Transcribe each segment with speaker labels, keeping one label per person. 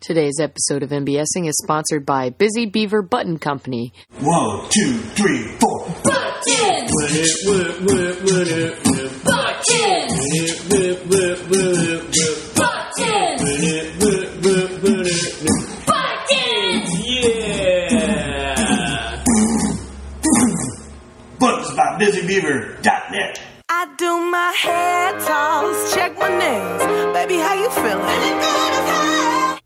Speaker 1: Today's episode of MBSing is sponsored by Busy Beaver Button Company.
Speaker 2: One, two, three, four.
Speaker 3: Buttons! Buttons! Buttons! Buttons!
Speaker 4: Yeah.
Speaker 2: Books by BusyBeaver.net.
Speaker 5: I do my hair toss, check my nails. Baby, how you feeling?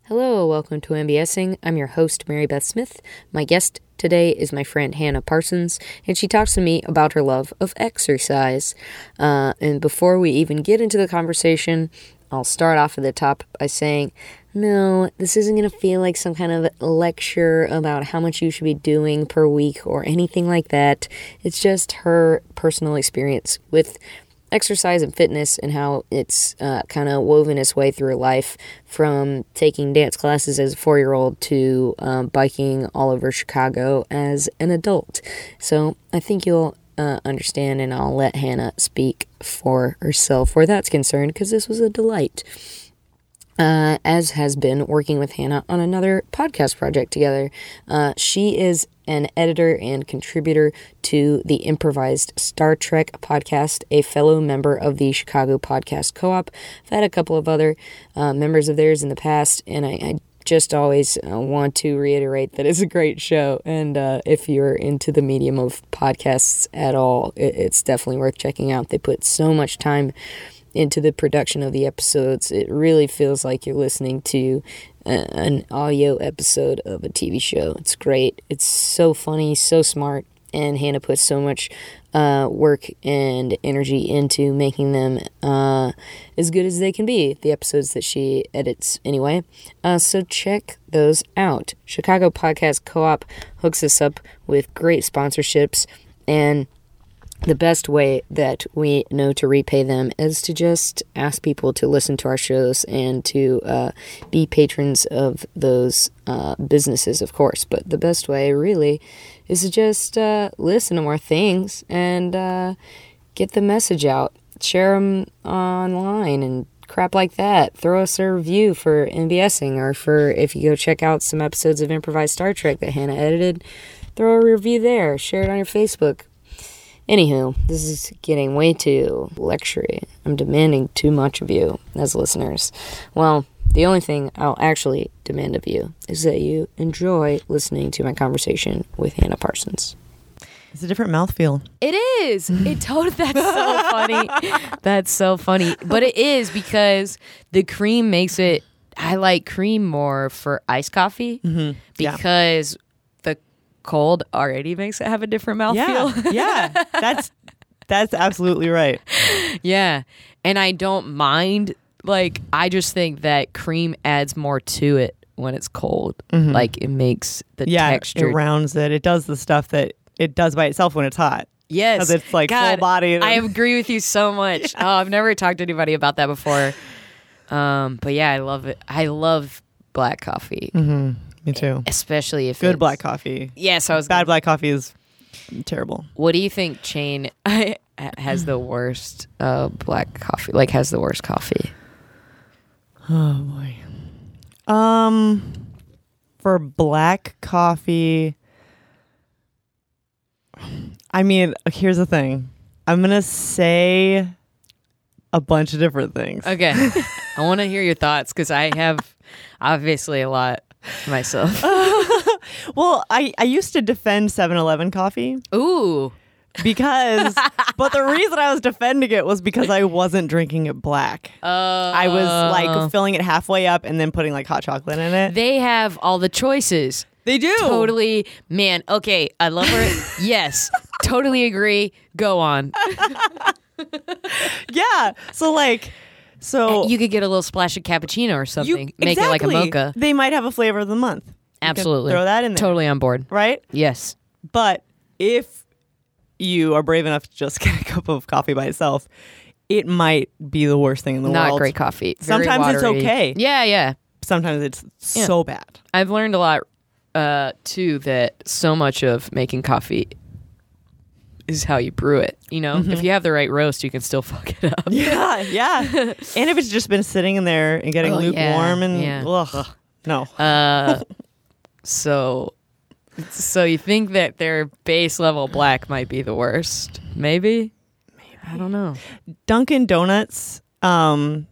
Speaker 1: Hello, welcome to MBSing. I'm your host, Mary Beth Smith. My guest today is my friend Hannah Parsons, and she talks to me about her love of exercise. Uh, and before we even get into the conversation, I'll start off at the top by saying, no, this isn't going to feel like some kind of lecture about how much you should be doing per week or anything like that. It's just her personal experience with exercise and fitness and how it's uh, kind of woven its way through life from taking dance classes as a four year old to um, biking all over Chicago as an adult. So I think you'll uh, understand, and I'll let Hannah speak for herself where that's concerned because this was a delight uh, as has been working with Hannah on another podcast project together. Uh, she is an editor and contributor to the improvised Star Trek podcast, a fellow member of the Chicago Podcast Co op. I've had a couple of other uh, members of theirs in the past, and I, I just always uh, want to reiterate that it's a great show. And uh, if you're into the medium of podcasts at all, it, it's definitely worth checking out. They put so much time into the production of the episodes. It really feels like you're listening to uh, an audio episode of a TV show. It's great. It's so funny, so smart, and Hannah puts so much uh, work and energy into making them uh, as good as they can be. The episodes that she edits, anyway. Uh, so check those out. Chicago Podcast Co-op hooks us up with great sponsorships and the best way that we know to repay them is to just ask people to listen to our shows and to uh, be patrons of those uh, businesses, of course. But the best way, really, is to just uh, listen to more things and uh, get the message out, share them online, and crap like that. Throw us a review for NBSing or for if you go check out some episodes of Improvised Star Trek that Hannah edited, throw a review there, share it on your Facebook. Anywho, this is getting way too lectury. I'm demanding too much of you as listeners. Well, the only thing I'll actually demand of you is that you enjoy listening to my conversation with Hannah Parsons.
Speaker 6: It's a different mouthfeel.
Speaker 1: It is. It totally. That's so funny. That's so funny. But it is because the cream makes it. I like cream more for iced coffee
Speaker 6: Mm-hmm. yeah.
Speaker 1: because the cold already makes it have a different mouthfeel.
Speaker 6: Yeah, yeah. That's that's absolutely right.
Speaker 7: Yeah. And I don't mind like I just think that cream adds more to it when it's cold. Like it makes the
Speaker 6: Mm-hmm. Yeah,
Speaker 7: texture.
Speaker 6: it rounds it. It does the stuff that it does by itself when it's hot.
Speaker 7: yes.
Speaker 6: 'cause it's, like, full
Speaker 7: God,
Speaker 6: body and-
Speaker 7: I agree with you so much. Oh, I've never talked to anybody about that before. Um, but yeah, I love it. I love black coffee,
Speaker 6: Me too.
Speaker 7: especially if
Speaker 6: Mm-hmm. Good
Speaker 7: it's-
Speaker 6: black coffee.
Speaker 7: Yes, I was
Speaker 6: Bad black coffee is terrible.
Speaker 7: What do you think chain has the worst uh, black coffee? Like has the worst coffee?
Speaker 6: Um, for black coffee, I mean, here's the thing. I'm gonna say a bunch of different things.
Speaker 7: Okay. I want to hear your thoughts because I have obviously a lot myself.
Speaker 6: Well, I, I used to defend 7-Eleven coffee
Speaker 7: Ooh.
Speaker 6: because, but the reason I was defending it was because I wasn't drinking it black. I was like filling it halfway up and then putting like hot chocolate in it.
Speaker 7: Oh. They have all the choices.
Speaker 6: They do
Speaker 7: Totally. Man, okay. I love her. yes. Totally agree. Go on.
Speaker 6: yeah. So like, so
Speaker 7: You could get a little splash of cappuccino or
Speaker 6: you-
Speaker 7: something. Make it like a
Speaker 6: exactly.
Speaker 7: mocha.
Speaker 6: They might have a flavor of the month. You can
Speaker 7: Absolutely.
Speaker 6: throw that in there.
Speaker 7: Totally on board.
Speaker 6: Right?
Speaker 7: Yes.
Speaker 6: But if you are brave enough to just get a cup of coffee by itself, it might be the worst thing in the
Speaker 7: Not
Speaker 6: world.
Speaker 7: great coffee. Very
Speaker 6: Sometimes it's
Speaker 7: watery.
Speaker 6: okay.
Speaker 7: Yeah, yeah.
Speaker 6: Sometimes it's so bad.
Speaker 7: I've learned a lot uh, too that so much of making coffee is how you brew it. You know,
Speaker 6: Mm-hmm.
Speaker 7: if you have the right roast, you can still fuck it up.
Speaker 6: Yeah, yeah. and if it's just been sitting in there and getting
Speaker 7: Oh, yeah,
Speaker 6: lukewarm and
Speaker 7: yeah.
Speaker 6: ugh, No.
Speaker 1: Uh, So, so you think that their base level black might be the worst? Maybe. Maybe. I don't know.
Speaker 6: Dunkin' Donuts, um,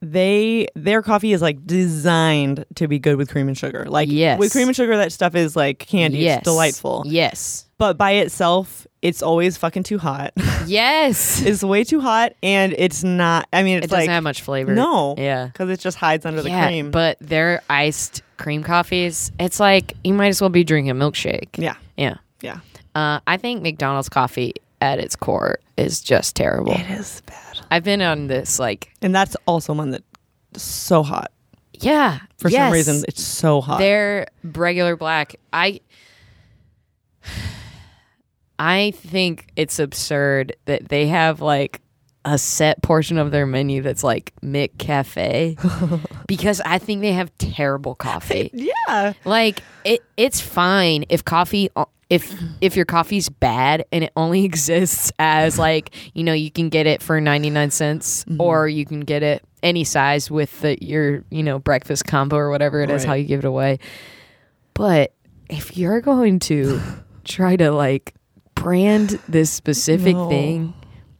Speaker 6: they their coffee is like designed to be good with cream and sugar. Like
Speaker 1: Yes.
Speaker 6: with cream and sugar, that stuff is like candy.
Speaker 1: yes.
Speaker 6: It's delightful.
Speaker 1: Yes.
Speaker 6: But by itself, it's always fucking too hot.
Speaker 1: Yes.
Speaker 6: it's way too hot, and it's not. I mean, it's
Speaker 1: it doesn't
Speaker 6: like
Speaker 1: have much flavor.
Speaker 6: No,
Speaker 1: Yeah.
Speaker 6: because it just hides under the
Speaker 1: yeah,
Speaker 6: cream.
Speaker 1: but their iced cream coffees, it's like you might as well be drinking a milkshake.
Speaker 6: yeah,
Speaker 1: Yeah.
Speaker 6: yeah,
Speaker 1: Uh, I think McDonald's coffee at its core is just terrible.
Speaker 6: it is bad.
Speaker 1: I've been on this like,
Speaker 6: And that's also one that's so hot
Speaker 1: yeah,
Speaker 6: for
Speaker 1: yes.
Speaker 6: some reason. It's so hot.
Speaker 1: They're regular black. I I think it's absurd that they have like a set portion of their menu that's like Mick Cafe because I think they have terrible coffee.
Speaker 6: yeah,
Speaker 1: Like it it's fine if coffee if if your coffee's bad and it only exists as like, you know, you can get it for 99 cents
Speaker 6: Mm-hmm.
Speaker 1: or you can get it any size with the, your, you know, breakfast combo or whatever it is,
Speaker 6: Right.
Speaker 1: how you give it away. But if you're going to try to like brand this specific
Speaker 6: No.
Speaker 1: thing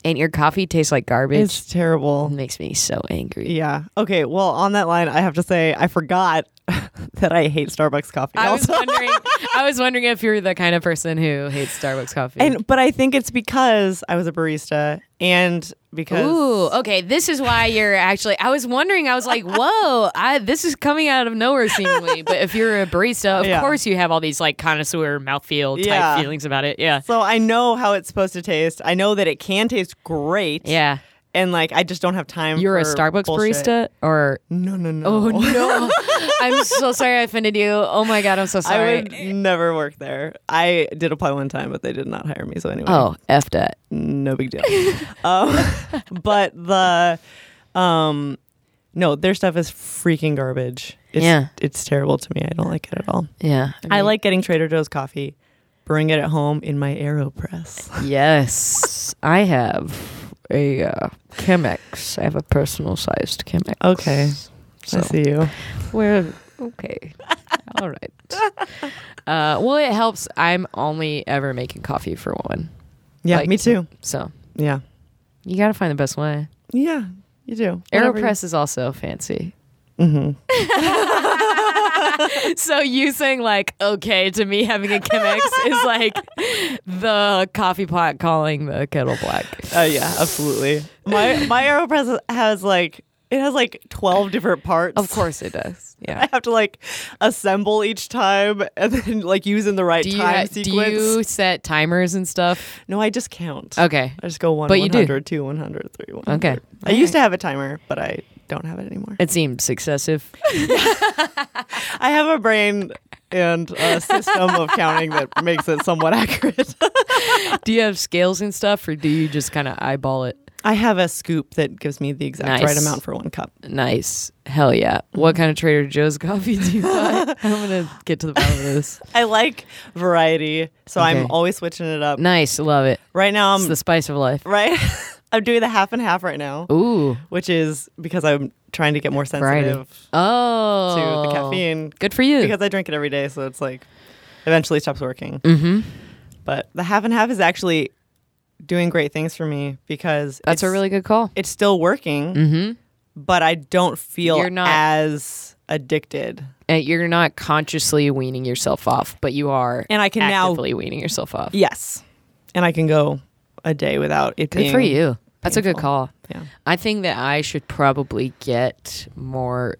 Speaker 1: and your coffee tastes like garbage,
Speaker 6: it's terrible.
Speaker 1: it makes me so angry.
Speaker 6: Yeah. Okay. Well, on that line, I have to say I forgot that I hate Starbucks coffee.
Speaker 1: I was
Speaker 6: also.
Speaker 1: wondering. I was wondering if you're the kind of person who hates Starbucks coffee.
Speaker 6: and but I think it's because I was a barista and because
Speaker 1: Ooh, okay. This is why you're actually. I was wondering. I was like, whoa, I, this is coming out of nowhere seemingly. But if you're a barista, of
Speaker 6: Yeah.
Speaker 1: course you have all these like connoisseur mouthfeel type
Speaker 6: Yeah.
Speaker 1: feelings about it. Yeah,
Speaker 6: so I know how it's supposed to taste. I know that it can taste great.
Speaker 1: yeah.
Speaker 6: And like I just don't have time.
Speaker 1: You're a
Speaker 6: for
Speaker 1: Starbucks
Speaker 6: bullshit.
Speaker 1: barista, or
Speaker 6: No, no, no.
Speaker 1: oh no, I'm so sorry I offended you. Oh my god, I'm so
Speaker 6: I
Speaker 1: sorry.
Speaker 6: would never work there. I did apply one time, but they did not hire me. So anyway,
Speaker 1: oh, f that.
Speaker 6: no big deal. um, but the, um, no, their stuff is freaking garbage. It's,
Speaker 1: Yeah.
Speaker 6: it's terrible to me. I don't like it at all.
Speaker 1: Yeah,
Speaker 6: I like getting Trader Joe's coffee. Bring it at home in my Aeropress.
Speaker 1: Yes, I have a uh, Chemex. I have a personal sized Chemex.
Speaker 6: Okay. I see you.
Speaker 1: We're okay. All right. Uh, well, it helps. I'm only ever making coffee for one,
Speaker 6: Yeah,
Speaker 1: Like-
Speaker 6: me too.
Speaker 1: so
Speaker 6: Yeah,
Speaker 1: you got to find the best way.
Speaker 6: yeah, you do.
Speaker 1: Aeropress is also fancy. Mm-hmm. so you saying like okay to me having a Chemex is like the coffee pot calling the kettle black.
Speaker 6: Oh yeah, absolutely. My my Aeropress has like it has like twelve different parts.
Speaker 1: Of course it does. Yeah.
Speaker 6: I have to like assemble each time and then like use in the right
Speaker 1: Do you,
Speaker 6: time
Speaker 1: ha- do
Speaker 6: sequence.
Speaker 1: you set timers and stuff?
Speaker 6: No, I just count.
Speaker 1: Okay.
Speaker 6: I just go one,
Speaker 1: But you do.
Speaker 6: 100, two, 100, three, 100.
Speaker 1: Okay.
Speaker 6: I used to have a timer, but I don't have it anymore.
Speaker 1: It seems excessive.
Speaker 6: I have a brain and a system of counting that makes it somewhat accurate.
Speaker 1: do you have scales and stuff, or do you just kind of eyeball it?
Speaker 6: I have a scoop that gives me the exact
Speaker 1: Nice.
Speaker 6: right amount for one cup.
Speaker 1: Nice. Hell yeah. What kind of Trader Joe's coffee do you buy? Mm-hmm. I'm going to get to the bottom of this.
Speaker 6: I like variety, so
Speaker 1: Okay.
Speaker 6: I'm always switching it up.
Speaker 1: Nice. Love it.
Speaker 6: Right now,
Speaker 1: It's
Speaker 6: I'm
Speaker 1: the spice of life.
Speaker 6: right. I'm doing the half and half right now,
Speaker 1: Ooh.
Speaker 6: which is because I'm trying to get more
Speaker 1: Variety.
Speaker 6: sensitive
Speaker 1: Oh.
Speaker 6: to the caffeine
Speaker 1: Good for you.
Speaker 6: because I drink it every day, so it's like eventually stops working. Mm-hmm. But the half and half is actually doing great things for me because
Speaker 1: That's a
Speaker 6: it's-
Speaker 1: really good call.
Speaker 6: it's still working, but I don't feel
Speaker 1: You're not-
Speaker 6: as addicted.
Speaker 1: And Uh, you're not consciously weaning yourself off, but you are
Speaker 6: And I can now-
Speaker 1: actively weaning yourself off.
Speaker 6: Yes, and I can go a day without it.
Speaker 1: Good for
Speaker 6: being-
Speaker 1: you. That's a good
Speaker 6: painful.
Speaker 1: call.
Speaker 6: Yeah.
Speaker 1: I think that I should probably get more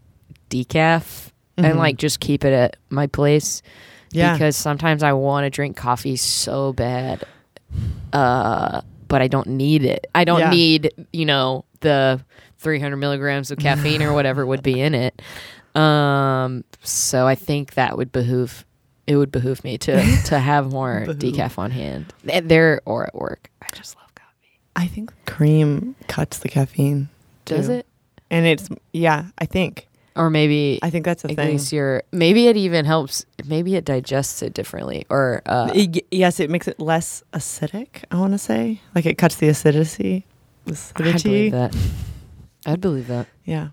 Speaker 1: decaf and like just keep it at my place.
Speaker 6: Mm-hmm. Yeah.
Speaker 1: Because sometimes I want to drink coffee so bad, uh, but I don't need it. I don't
Speaker 6: Yeah.
Speaker 1: need, you know, the 300 milligrams of caffeine or whatever would be in it. Um, so I think that would behoove. It would behoove me to to have more decaf on hand Th- there or at work. I just love coffee.
Speaker 6: I think cream cuts the caffeine.
Speaker 1: Does
Speaker 6: too.
Speaker 1: it?
Speaker 6: And it's yeah. I think
Speaker 1: Or maybe
Speaker 6: I think that's a
Speaker 1: at
Speaker 6: thing.
Speaker 1: least your maybe it even helps. Maybe it digests it differently. Or uh,
Speaker 6: It- yes, it makes it less acidic. I want to say, like it cuts the acidity, the
Speaker 1: I'd
Speaker 6: acidity.
Speaker 1: believe that. I'd believe that.
Speaker 6: Yeah,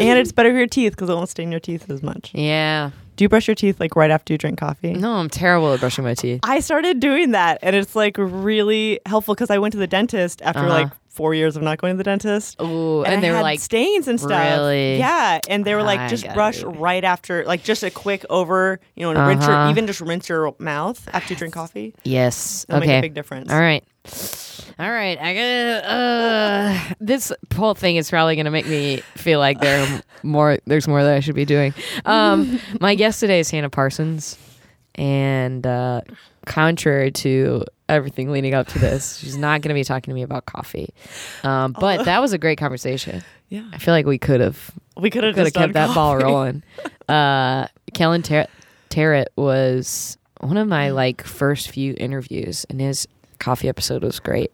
Speaker 6: and it's better for your teeth because it won't stain your teeth as much.
Speaker 1: Yeah.
Speaker 6: Do you brush your teeth like right after you drink coffee?
Speaker 1: No, I'm terrible at brushing my teeth.
Speaker 6: I started doing that, and it's like really helpful because I went to the dentist after
Speaker 1: Uh-huh.
Speaker 6: like four years of not going to the dentist.
Speaker 1: Ooh, and
Speaker 6: I
Speaker 1: they were
Speaker 6: had
Speaker 1: like,
Speaker 6: stains and stuff.
Speaker 1: "Really?"
Speaker 6: Yeah, and they were
Speaker 1: I
Speaker 6: like, just
Speaker 1: gotta
Speaker 6: brush
Speaker 1: do it.
Speaker 6: right after, like just a quick over, you know, and rinse your,
Speaker 1: Uh-huh.
Speaker 6: even just rinse your mouth after you drink coffee.
Speaker 1: Yes.
Speaker 6: It'll
Speaker 1: okay.
Speaker 6: make a big difference.
Speaker 1: All right. All right. I gotta. Uh, this whole thing is probably gonna make me feel like there are more. There's more that I should be doing. Um, my guest today is Hannah Parsons, and uh, contrary to everything leading up to this, she's not gonna be talking to me about coffee. Um, but that was a great conversation.
Speaker 6: Oh. Yeah.
Speaker 1: I feel like we could have
Speaker 6: We could have
Speaker 1: could have
Speaker 6: just
Speaker 1: kept
Speaker 6: done
Speaker 1: that ball
Speaker 6: coffee.
Speaker 1: rolling. Uh, Kellen Tar- Tarrant was one of my like first few interviews, and his coffee episode was great.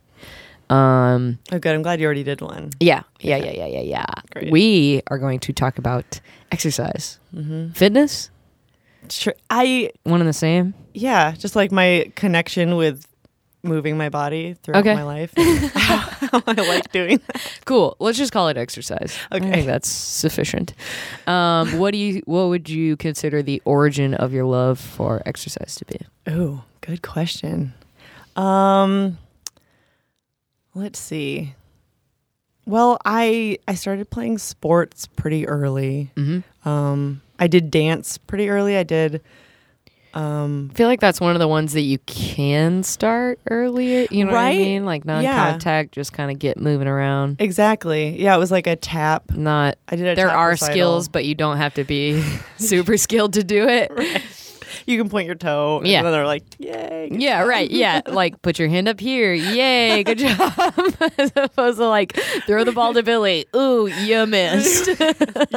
Speaker 1: Um,
Speaker 6: Oh, good. I'm glad you already did one.
Speaker 1: yeah, yeah, yeah, yeah, yeah, yeah.
Speaker 6: Great.
Speaker 1: Uh, We are going to talk about exercise, fitness,
Speaker 6: Sure. I
Speaker 1: one and the same.
Speaker 6: yeah, just like my connection with moving my body throughout
Speaker 1: Okay.
Speaker 6: my life. How I like doing that.
Speaker 1: Cool. Let's just call it exercise. I
Speaker 6: Okay.
Speaker 1: think that's sufficient. Um, what do you? What would you consider the origin of your love for exercise to be?
Speaker 6: Oh, good question. Um, let's see. Well, I I started playing sports pretty early.
Speaker 1: Mm-hmm.
Speaker 6: Um, I did dance pretty early. I did. Um,
Speaker 1: I feel like that's one of the ones that you can start earlier. You know what I
Speaker 6: Right?
Speaker 1: mean? Like
Speaker 6: Yeah.
Speaker 1: non-contact, just kind of get moving around.
Speaker 6: exactly. Yeah, it was like a tap.
Speaker 1: Not
Speaker 6: I did a
Speaker 1: there
Speaker 6: tap
Speaker 1: are
Speaker 6: recital.
Speaker 1: skills, but you don't have to be super skilled to do it.
Speaker 6: You can point your toe.
Speaker 1: Yeah.
Speaker 6: And then they're like, yay.
Speaker 1: Yeah, right. Yeah, like put your hand up here. Yay, good job. As opposed to like throw the ball to Billy. Ooh, you missed.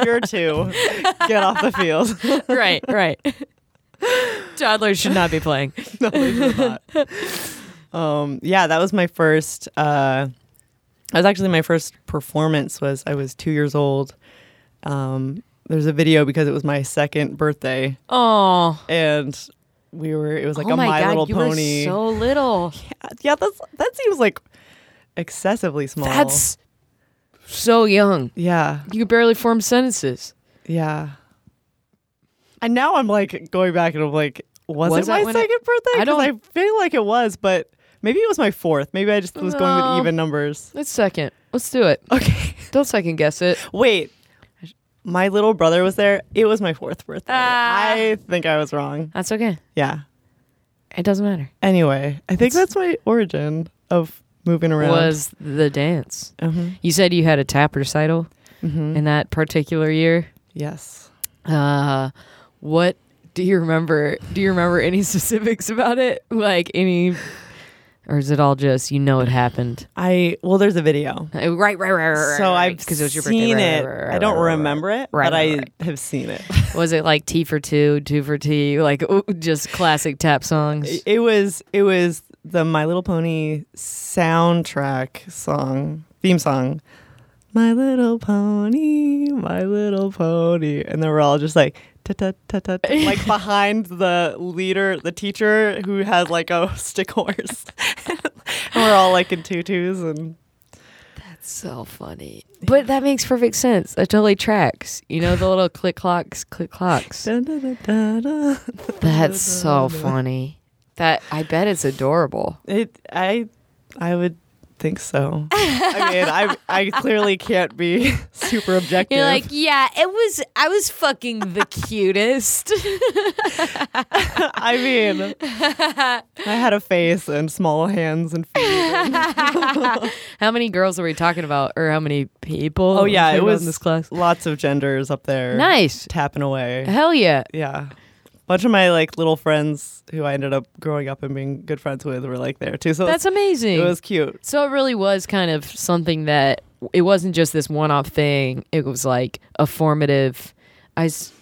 Speaker 6: You're two. Get off the field.
Speaker 1: right, right. Toddlers should not be playing.
Speaker 6: no, they should not. Um, yeah, that was my first. Uh, that was actually my first performance. Was I was two years old. Um, there's a video because it was my second birthday,
Speaker 1: Oh,
Speaker 6: and we were. It was like
Speaker 1: oh
Speaker 6: a
Speaker 1: my,
Speaker 6: My
Speaker 1: god,
Speaker 6: Little
Speaker 1: you
Speaker 6: Pony. Uh,
Speaker 1: were so little.
Speaker 6: yeah, that's that seems like excessively small.
Speaker 1: That's so young.
Speaker 6: yeah,
Speaker 1: You could barely form sentences.
Speaker 6: yeah. And now I'm like going back, and I'm like, was,
Speaker 1: Was
Speaker 6: it my
Speaker 1: that when it-
Speaker 6: second birthday?
Speaker 1: I
Speaker 6: 'Cause
Speaker 1: don't-
Speaker 6: I feel like it was, but maybe it was my fourth. Maybe I just was going
Speaker 1: No.
Speaker 6: with even numbers.
Speaker 1: Let's second. Let's do it. Okay. Don't second guess it.
Speaker 6: Wait. My little brother was there. It was my fourth birthday.
Speaker 1: Ah.
Speaker 6: I think I was wrong.
Speaker 1: That's okay.
Speaker 6: Yeah.
Speaker 1: It doesn't matter.
Speaker 6: Anyway, I think that's my origin of moving around.
Speaker 1: Was the dance.
Speaker 6: Mhm.
Speaker 1: You said you had a tap recital in that particular year.
Speaker 6: yes.
Speaker 1: Uh, what do you remember? Do you remember any specifics about it? Like any, or is it all just you know it happened?
Speaker 6: I well, there's a video,
Speaker 1: Uh, Right, right, right, right. right,
Speaker 6: so
Speaker 1: right,
Speaker 6: I've
Speaker 1: 'cause it was your birthday.
Speaker 6: seen
Speaker 1: Right,
Speaker 6: it.
Speaker 1: right, right,
Speaker 6: I don't
Speaker 1: right, right, right.
Speaker 6: remember it,
Speaker 1: Right, right,
Speaker 6: but I
Speaker 1: right.
Speaker 6: have seen it.
Speaker 1: Was it like T for two, two for T, like ooh, just classic tap songs?
Speaker 6: it was it was the My Little Pony soundtrack song theme song. My little pony, my little pony, and then we're all just like, "Ta, ta, ta, ta, ta," like behind the leader, the teacher who has like a stick horse, and we're all like in tutus and
Speaker 1: So funny. But that makes perfect sense. That totally tracks. You know, the little click clocks, click clocks.
Speaker 6: da, da, da, da, da.
Speaker 1: That's so funny. That I bet it's adorable.
Speaker 6: It, I, I would think so. I mean, I, I clearly can't be super objective.
Speaker 1: You're like, yeah, it was I was fucking the cutest.
Speaker 6: I mean, I had a face and small hands and feet.
Speaker 1: how many girls were we talking about or how many people?
Speaker 6: oh
Speaker 1: were we
Speaker 6: yeah,
Speaker 1: talking
Speaker 6: it
Speaker 1: about
Speaker 6: was
Speaker 1: in this class.
Speaker 6: Lots of genders up there.
Speaker 1: Nice.
Speaker 6: tapping away.
Speaker 1: Hell yeah.
Speaker 6: Yeah, bunch of my like little friends who I ended up growing up and being good friends with were like there too. So
Speaker 1: That's amazing.
Speaker 6: It was cute.
Speaker 1: So it really was kind of something that it wasn't just this one-off thing. It was like a formative. I s-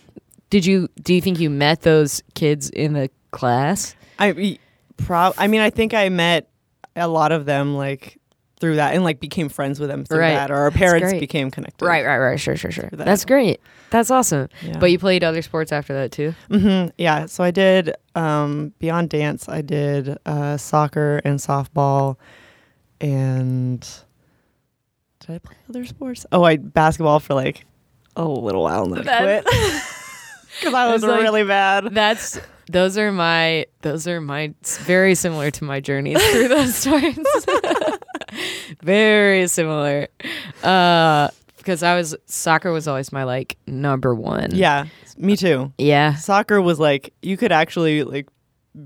Speaker 1: did you do you think you met those kids in the class?
Speaker 6: I e- prob. I mean, I think I met a lot of them like through that and like became friends with them through
Speaker 1: Right.
Speaker 6: that, or our
Speaker 1: That's
Speaker 6: parents
Speaker 1: great.
Speaker 6: became connected.
Speaker 1: Right, right, right. Sure, sure, sure.
Speaker 6: that.
Speaker 1: That's great. That's awesome.
Speaker 6: Yeah.
Speaker 1: But you played other sports after that too.
Speaker 6: Mm-hmm. Yeah, so I did um, beyond dance. I did uh, soccer and softball, and did I play other sports? Oh, I basketball for like a little while and then I quit because I was
Speaker 1: was like-
Speaker 6: really bad.
Speaker 1: That's those are my those are my it's very similar to my journeys through those times. very similar. Uh because I was soccer was always my like number one.
Speaker 6: Yeah, me too.
Speaker 1: Yeah.
Speaker 6: Soccer was like you could actually like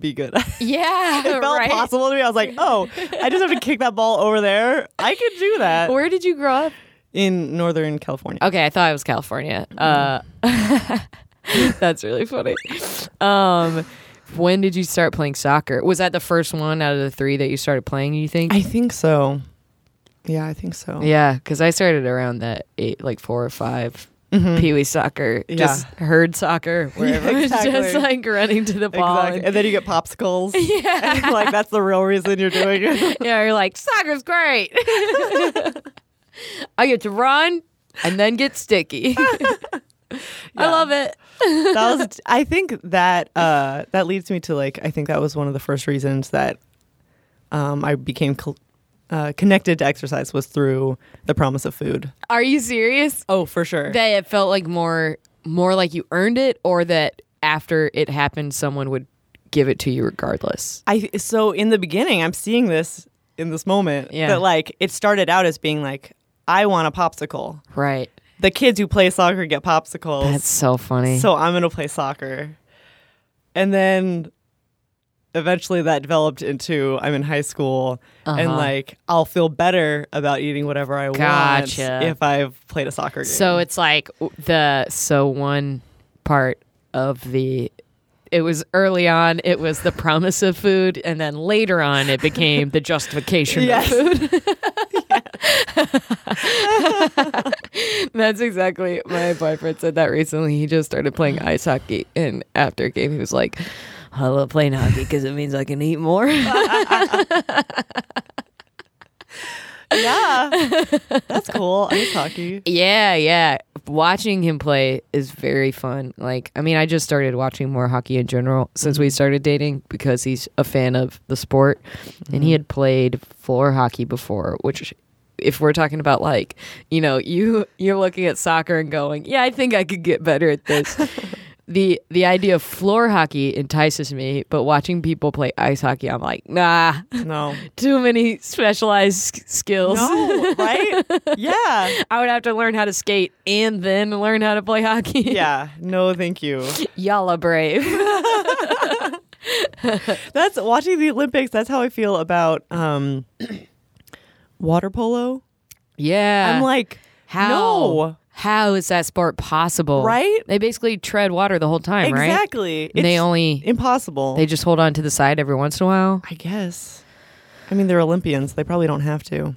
Speaker 6: be good. at it.
Speaker 1: Yeah.
Speaker 6: It felt
Speaker 1: right?
Speaker 6: possible to me. I was like, oh, I just have to kick that ball over there. I could do that
Speaker 1: Where did you grow up?
Speaker 6: in Northern California.
Speaker 1: Okay, I thought it was California. Uh
Speaker 6: Mm-hmm.
Speaker 1: That's really funny. Um when did you start playing soccer? Was that the first one out of the 3 that you started playing, you think?
Speaker 6: I think so. Yeah, I think so.
Speaker 1: Yeah, because I started around that eight, like four or 5 Pee Wee soccer,
Speaker 6: Mm-hmm. Yeah.
Speaker 1: just herd soccer, where
Speaker 6: Yeah,
Speaker 1: everyone's just
Speaker 6: exactly.
Speaker 1: like running to the ball.
Speaker 6: Exactly. And then you get popsicles. Yeah. like that's the real reason you're doing it.
Speaker 1: And, yeah, you're like, soccer's great. I get to run and then get sticky. I love it.
Speaker 6: that was I think that uh that leads me to like I think that was one of the first reasons that um I became col- uh, connected to exercise was through the promise of food.
Speaker 1: Are you serious?
Speaker 6: Oh, for sure.
Speaker 1: That it felt like more, more like you earned it, or that after it happened, someone would give it to you regardless.
Speaker 6: I so in the beginning, I'm seeing this in this moment
Speaker 1: Yeah.
Speaker 6: that like it started out as being like I want a popsicle.
Speaker 1: Right.
Speaker 6: The kids who play soccer get popsicles.
Speaker 1: That's so funny.
Speaker 6: so I'm gonna play soccer. And then eventually that developed into I'm in high school
Speaker 1: Uh-huh.
Speaker 6: and like I'll feel better about eating whatever I
Speaker 1: Gotcha.
Speaker 6: want if I've played a soccer game.
Speaker 1: So it's like w- the so one part of the it was early on it was the promise of food and then later on it became the justification
Speaker 6: Yes.
Speaker 1: of food. That's exactly my boyfriend said that recently. He just started playing ice hockey and after a game he was like I love playing hockey because it means I can eat more.
Speaker 6: yeah, that's cool. Ice hockey.
Speaker 1: Yeah, yeah. Watching him play is very fun. Like, I mean, I just started watching more hockey in general since we started dating because he's a fan of the sport. And he had played floor hockey before, which if we're talking about like, you know, you you're looking at soccer and going, "Yeah, I think I could get better at this." the the idea of floor hockey entices me, but watching people play ice hockey, I'm like, "Nah,
Speaker 6: No,
Speaker 1: too many specialized s- skills."
Speaker 6: no, Oh, right? Yeah,
Speaker 1: I would have to learn how to skate and then learn how to play hockey.
Speaker 6: yeah. No, thank you.
Speaker 1: Y'all are brave.
Speaker 6: That's watching the Olympics. That's how I feel about um, water polo.
Speaker 1: Yeah.
Speaker 6: I'm like,
Speaker 1: how?
Speaker 6: no.
Speaker 1: How is that sport possible?
Speaker 6: Right?
Speaker 1: They basically tread water the whole time, right?
Speaker 6: Exactly.
Speaker 1: And they only
Speaker 6: impossible.
Speaker 1: they just hold on to the side every once in a while.
Speaker 6: I guess. I mean, they're Olympians. They probably don't have to.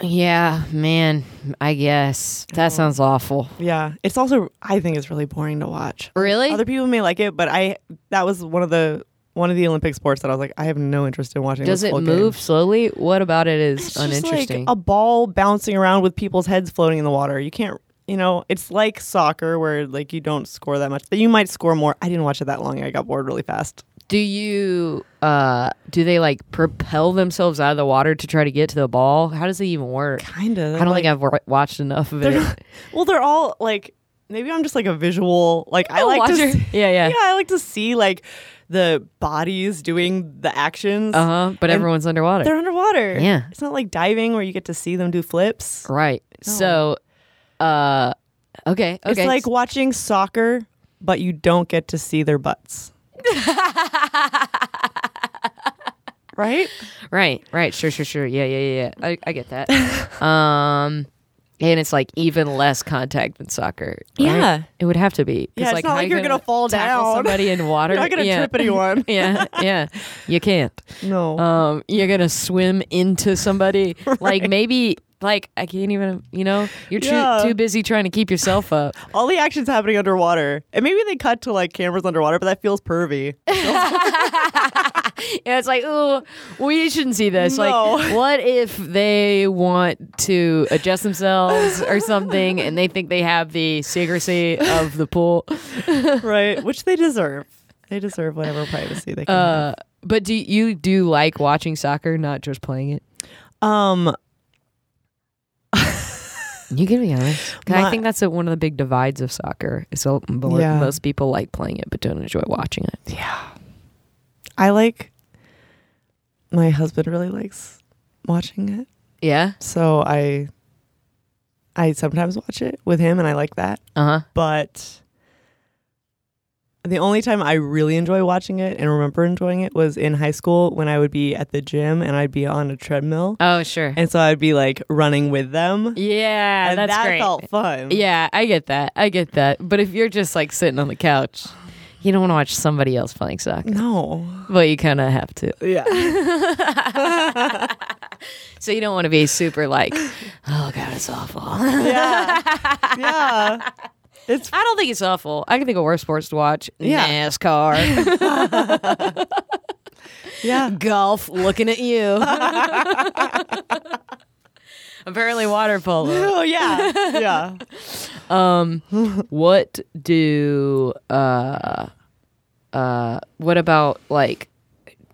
Speaker 1: Yeah, man. I guess that sounds awful.
Speaker 6: Yeah. It's also, I think it's really boring to watch.
Speaker 1: Really?
Speaker 6: Other people may like it, but I, that was one of the, one of the Olympic sports that I was like, I have no interest in watching.
Speaker 1: Does
Speaker 6: this
Speaker 1: it
Speaker 6: whole game.
Speaker 1: move slowly? What about it is
Speaker 6: It's just
Speaker 1: uninteresting?
Speaker 6: like a ball bouncing around with people's heads floating in the water. You can't, you know, it's like soccer where like you don't score that much, but you might score more. I didn't watch it that long. I got bored really fast.
Speaker 1: do you uh do they like propel themselves out of the water to try to get to the ball? How does it even work?
Speaker 6: Kind of.
Speaker 1: I don't think I've wa- watched enough of it.
Speaker 6: Well, they're all like, maybe I'm just like a visual. Like I like to.
Speaker 1: watcher.
Speaker 6: s-
Speaker 1: Yeah, yeah.
Speaker 6: Yeah, I like to see like the bodies doing the actions.
Speaker 1: Uh huh. But everyone's underwater.
Speaker 6: They're underwater.
Speaker 1: Yeah.
Speaker 6: It's not like diving where you get to see them do flips.
Speaker 1: Right. So, uh, okay, okay.
Speaker 6: It's like watching soccer, but you don't get to see their butts. right?
Speaker 1: right, right. Sure, sure, sure. Yeah, yeah, yeah. yeah. I, I get that. um, and it's like even less contact than soccer. right?
Speaker 6: Yeah.
Speaker 1: it would have to be. 'Cause,
Speaker 6: Yeah, it's not
Speaker 1: how
Speaker 6: like
Speaker 1: you
Speaker 6: you're gonna fall
Speaker 1: tackle
Speaker 6: down.
Speaker 1: Somebody in water.
Speaker 6: You're not gonna
Speaker 1: yeah.
Speaker 6: trip anyone.
Speaker 1: yeah, yeah. You can't.
Speaker 6: No.
Speaker 1: Um, you're gonna swim into somebody. Like maybe. Like I can't even. You know, you're too
Speaker 6: Yeah.
Speaker 1: too busy trying to keep yourself up.
Speaker 6: All the action's happening underwater. And maybe they cut to like cameras underwater, but that feels pervy.
Speaker 1: Yeah, it's like, ooh, we shouldn't see this. Like,
Speaker 6: No.
Speaker 1: what if they want to adjust themselves or something and they think they have the secrecy of the pool?
Speaker 6: right? Which they deserve. They deserve whatever privacy they can. have.
Speaker 1: Uh, but do you do like watching soccer, not just playing it?
Speaker 6: Um
Speaker 1: You can be honest. 'Cause I
Speaker 6: My-
Speaker 1: think that's a, one of the big divides of soccer. Is so mo-
Speaker 6: Yeah.
Speaker 1: most people like playing it but don't enjoy watching it.
Speaker 6: Yeah. I like my husband really likes watching it.
Speaker 1: Yeah.
Speaker 6: So I I sometimes watch it with him and I like that.
Speaker 1: Uh huh.
Speaker 6: But the only time I really enjoy watching it and remember enjoying it was in high school when I would be at the gym and I'd be on a treadmill.
Speaker 1: Oh sure.
Speaker 6: And so I'd be like running with them.
Speaker 1: yeah,
Speaker 6: and
Speaker 1: that's
Speaker 6: that
Speaker 1: great.
Speaker 6: felt fun.
Speaker 1: yeah, I get that. I get that. But if you're just like sitting on the couch, you don't want to watch somebody else playing soccer.
Speaker 6: No.
Speaker 1: Well, you kind of have to.
Speaker 6: Yeah.
Speaker 1: So you don't want to be super like, oh god, it's awful.
Speaker 6: yeah. Yeah.
Speaker 1: I don't think it's awful. I can think of worse sports to watch.
Speaker 6: Yeah.
Speaker 1: NASCAR,
Speaker 6: Yeah.
Speaker 1: golf, looking at you. Apparently, water polo.
Speaker 6: Oh yeah. Yeah.
Speaker 1: What do uh uh what about like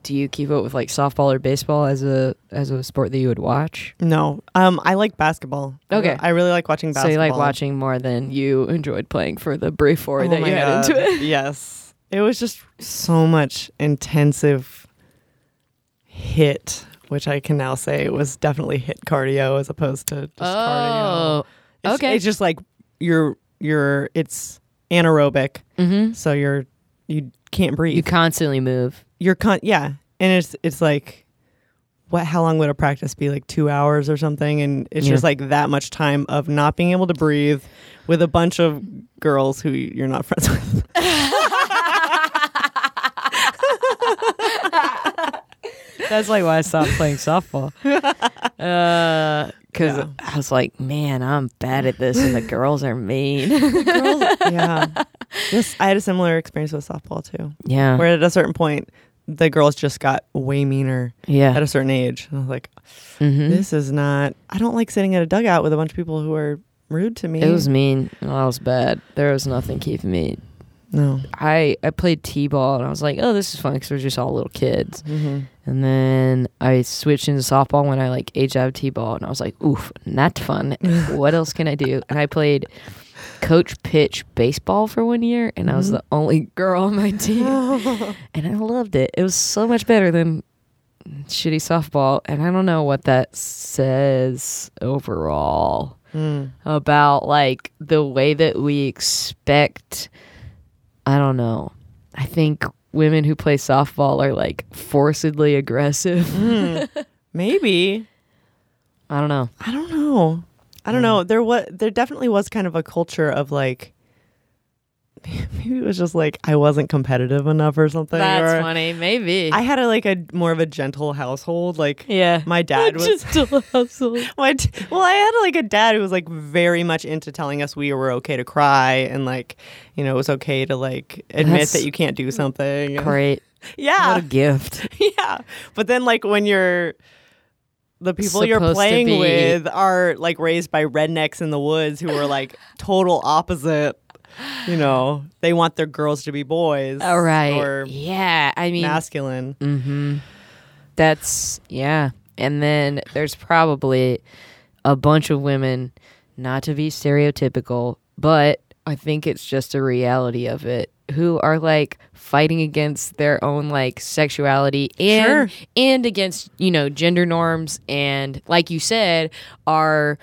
Speaker 1: do you keep up with like softball or baseball as a as a sport that you would watch?
Speaker 6: No. Um I like basketball. I
Speaker 1: Okay.
Speaker 6: re- I really like watching
Speaker 1: So
Speaker 6: basketball.
Speaker 1: you like watching more than you enjoyed playing for the brief four
Speaker 6: Oh
Speaker 1: that you
Speaker 6: my
Speaker 1: had
Speaker 6: God.
Speaker 1: into it.
Speaker 6: Yes. It was just so much intensive hit, which I can now say was definitely hit cardio as opposed to just cardio.
Speaker 1: Oh,
Speaker 6: It's,
Speaker 1: okay.
Speaker 6: It's just like you're you're it's anaerobic. Mm-hmm. So you're you can't breathe.
Speaker 1: you constantly move.
Speaker 6: you're con yeah and it's it's like what how long would a practice be like two hours or something and it's
Speaker 1: Yeah.
Speaker 6: just like that much time of not being able to breathe with a bunch of girls who you're not friends with
Speaker 1: That's like why I stopped playing softball. Because
Speaker 6: Yeah.
Speaker 1: Uh, I was like, man, I'm bad at this, and the girls are mean.
Speaker 6: yeah this i had a similar experience with softball too
Speaker 1: yeah.
Speaker 6: where at a certain point the girls just got way meaner
Speaker 1: yeah.
Speaker 6: at a certain age and i was like
Speaker 1: Mhm.
Speaker 6: this is not i don't like sitting at a dugout with a bunch of people who are rude to me
Speaker 1: It was mean. I was bad. There was nothing keeping me.
Speaker 6: no
Speaker 1: I, I played t ball, and I was like, oh, this is fun because we're just all little kids. And then I switched into softball when I like aged out of t ball, and I was like, oof, not fun. what else can I do? And I played coach pitch baseball for one year, and I was the only girl on my team. and I loved it. It was so much better than shitty softball, and I don't know what that says overall about like the way that we expect. I don't know. I think women who play softball are like forcedly aggressive.
Speaker 6: maybe
Speaker 1: I don't know.
Speaker 6: I don't know. I don't know. There was there definitely was kind of a culture of like maybe it was just like I wasn't competitive enough or something. or-
Speaker 1: funny. Maybe.
Speaker 6: I had a like a more of a gentle household. Like
Speaker 1: yeah.
Speaker 6: my dad was
Speaker 1: just a hustle.
Speaker 6: my d- well, I had like a dad who was like very much into telling us we were okay to cry and like you know it was okay to like admit
Speaker 1: That's
Speaker 6: that you can't do something.
Speaker 1: Great. What
Speaker 6: Yeah,
Speaker 1: a gift.
Speaker 6: yeah. But then like when you're the people you're
Speaker 1: Supposed to
Speaker 6: playing
Speaker 1: be-
Speaker 6: with are like raised by rednecks in the woods who are like total opposite. You know, they want their girls to be boys.
Speaker 1: All Oh, right.
Speaker 6: Or
Speaker 1: yeah. I mean, Mm.
Speaker 6: masculine.
Speaker 1: That's yeah. And then there's probably a bunch of women, not to be stereotypical, but I think it's just a reality of it, who are like fighting against their own like sexuality and and against, you know, gender norms and like you said, are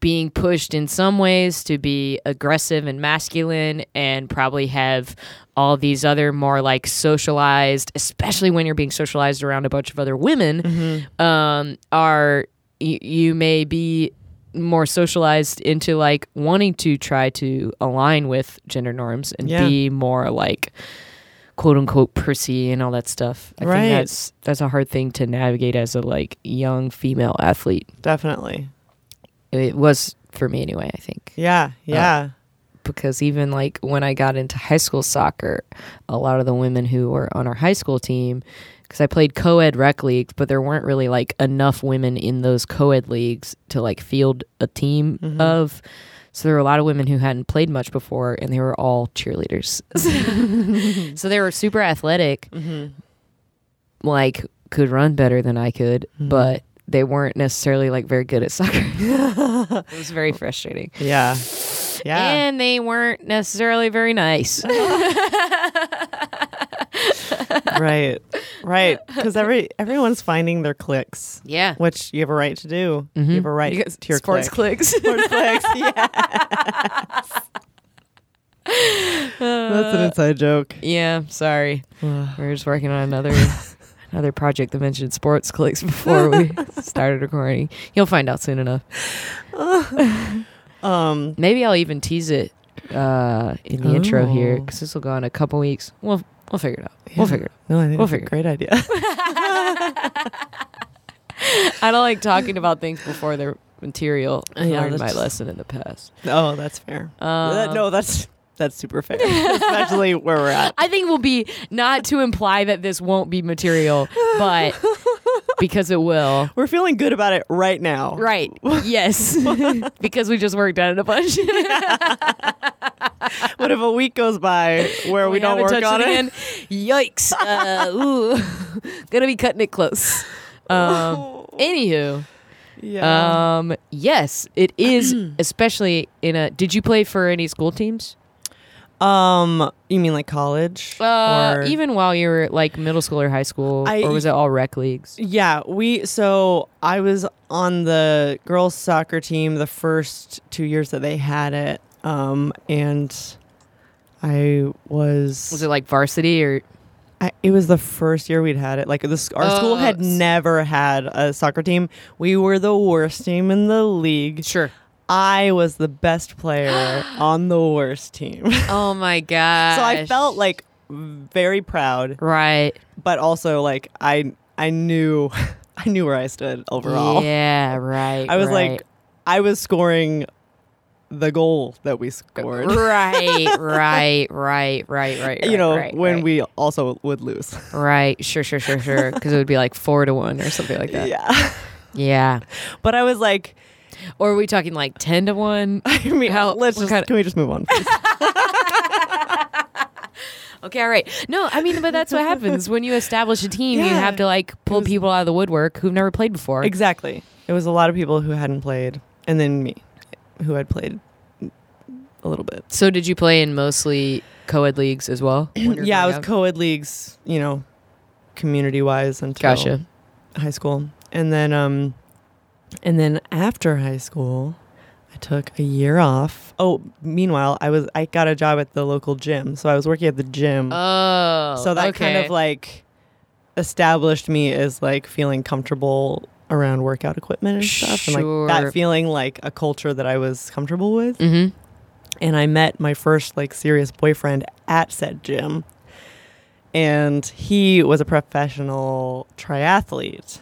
Speaker 1: being pushed in some ways to be aggressive and masculine and probably have all these other more like socialized especially when you're being socialized around a bunch of other women um, are you, you may be more socialized into like wanting to try to align with gender norms and
Speaker 6: Yeah.
Speaker 1: be more like quote unquote prissy and all that stuff i
Speaker 6: Right.
Speaker 1: think that's that's a hard thing to navigate as a like young female athlete
Speaker 6: Definitely.
Speaker 1: it was for me anyway i think
Speaker 6: Yeah.
Speaker 1: Oh.
Speaker 6: Yeah.
Speaker 1: because even like when I got into high school soccer, a lot of the women who were on our high school team, because I played co ed rec leagues, but there weren't really like enough women in those co ed leagues to like field a team of. So there were a lot of women who hadn't played much before and they were all cheerleaders. so they were super athletic, like could run better than I could, but they weren't necessarily like very good at soccer. it was very frustrating.
Speaker 6: Yeah. Yeah.
Speaker 1: And they weren't necessarily very nice.
Speaker 6: right. Right. Because every everyone's finding their clicks.
Speaker 1: Yeah. Mm-hmm.
Speaker 6: Which you have a right to do. You have a right to your
Speaker 1: sports
Speaker 6: click.
Speaker 1: clicks.
Speaker 6: Sports clicks. Yeah. That's an inside joke.
Speaker 1: yeah, sorry. We were just working on another another project that mentioned sports clicks before we started recording. You'll find out soon enough.
Speaker 6: Um.
Speaker 1: Maybe I'll even tease it uh, in the intro
Speaker 6: Oh.
Speaker 1: here because this will go on a couple weeks. We'll we'll figure it out. We'll figure it out.
Speaker 6: No, I think
Speaker 1: We'll
Speaker 6: that's a
Speaker 1: figure it
Speaker 6: great idea.
Speaker 1: I don't like talking about things before they're material. I
Speaker 6: Yeah,
Speaker 1: learned my
Speaker 6: that's-
Speaker 1: lesson in the past.
Speaker 6: oh, that's fair. That-
Speaker 1: Um,
Speaker 6: no, that's that's super fair. Especially where we're at.
Speaker 1: I think will be not to imply that this won't be material, but because it will.
Speaker 6: We're feeling good about it right now.
Speaker 1: Right. Yes. because we just worked on it a bunch.
Speaker 6: What if a week goes by where we, don't
Speaker 1: haven't
Speaker 6: work
Speaker 1: touched
Speaker 6: on it?
Speaker 1: again. Yikes. Uh, ooh. Gonna be cutting it close. Um, anywho,
Speaker 6: Yeah.
Speaker 1: um, yes, it is, especially in a. Did you play for any school teams?
Speaker 6: um. You mean like college?
Speaker 1: Uh,
Speaker 6: Or-
Speaker 1: even while you were like middle school or high school,
Speaker 6: I-
Speaker 1: or was it all rec leagues?
Speaker 6: Yeah, we so I was on the girls soccer team the first 2 years that they had it um and I was,
Speaker 1: Was it like varsity or
Speaker 6: I, it was the first year we'd had it. Like this, our school
Speaker 1: Oh,
Speaker 6: had
Speaker 1: s-
Speaker 6: never had a soccer team. We were the worst team in the league.
Speaker 1: sure?
Speaker 6: I was the best player on the worst team. so
Speaker 1: Oh my god!
Speaker 6: I felt like very proud,
Speaker 1: right.
Speaker 6: but also like I I knew I knew where I stood overall.
Speaker 1: Yeah, right.
Speaker 6: I was
Speaker 1: right.
Speaker 6: like, I was scoring the goal that we scored.
Speaker 1: right, right, right, right, right.
Speaker 6: you know,
Speaker 1: right,
Speaker 6: when
Speaker 1: right.
Speaker 6: we also would lose.
Speaker 1: right, sure, sure, sure, sure, because it would be like four to one or something like that. Yeah.
Speaker 6: yeah. But I was like,
Speaker 1: Or are we talking like ten to one?
Speaker 6: I mean,
Speaker 1: How-
Speaker 6: let's
Speaker 1: what
Speaker 6: just,
Speaker 1: kind of-
Speaker 6: can we just move on? please?
Speaker 1: Okay, all right. No, I mean, but that's what happens when you establish a team. You
Speaker 6: Yeah.
Speaker 1: have to like pull people out of the woodwork who've never played before.
Speaker 6: exactly. It was a lot of people who hadn't played, and then me, who had played a little bit.
Speaker 1: So did you play in mostly co-ed leagues as well?
Speaker 6: Yeah, I was co ed leagues, you know, community wise until
Speaker 1: Gotcha.
Speaker 6: high school. And then, um, and then after high school, I took a year off. Oh, meanwhile, I was I got a job at the local gym, so I was working at the gym.
Speaker 1: Oh,
Speaker 6: so that kind
Speaker 1: okay.
Speaker 6: of like established me as like feeling comfortable around workout equipment and stuff, and like
Speaker 1: Sure. Mm-hmm.
Speaker 6: that feeling like a culture that I was comfortable with. And I met my first like serious boyfriend at said gym, and he was a professional triathlete.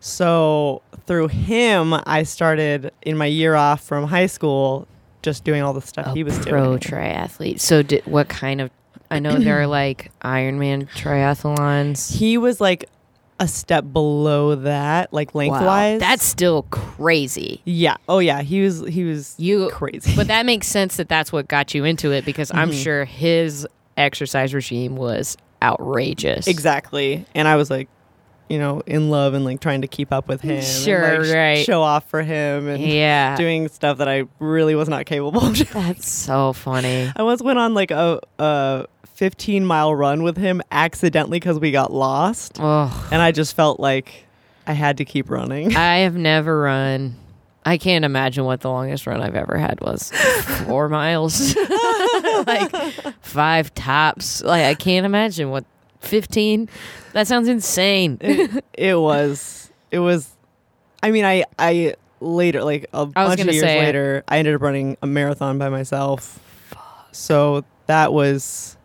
Speaker 6: So through him, I started in my year off from high school, just doing all the stuff he was
Speaker 1: pro
Speaker 6: doing.
Speaker 1: triathlete. So did what kind of? I know there are like Ironman triathlons.
Speaker 6: he was like a step below that, like lengthwise.
Speaker 1: that's still crazy.
Speaker 6: yeah. Oh yeah, he was he was
Speaker 1: You
Speaker 6: crazy. Mm-hmm.
Speaker 1: but that makes sense that that's what got you into it because I'm sure his exercise regime was outrageous.
Speaker 6: exactly. And I was like, you know, in love and like trying to keep up with him, and,
Speaker 1: Sure,
Speaker 6: like, sh-
Speaker 1: right.
Speaker 6: Show off for him and
Speaker 1: Yeah.
Speaker 6: doing stuff that I really was not capable of. doing.
Speaker 1: That's so funny.
Speaker 6: I once went on like a a 15 mile run with him accidentally because we got lost,
Speaker 1: Oh,
Speaker 6: and I just felt like I had to keep running.
Speaker 1: I have never run. I can't imagine what the longest run I've ever had was. Four miles, like five tops. Like I can't imagine what fifteen. That sounds insane.
Speaker 6: it was it was i mean i i later like a bunch of
Speaker 1: gonna
Speaker 6: years
Speaker 1: say it.
Speaker 6: later i ended up running a marathon by myself so that was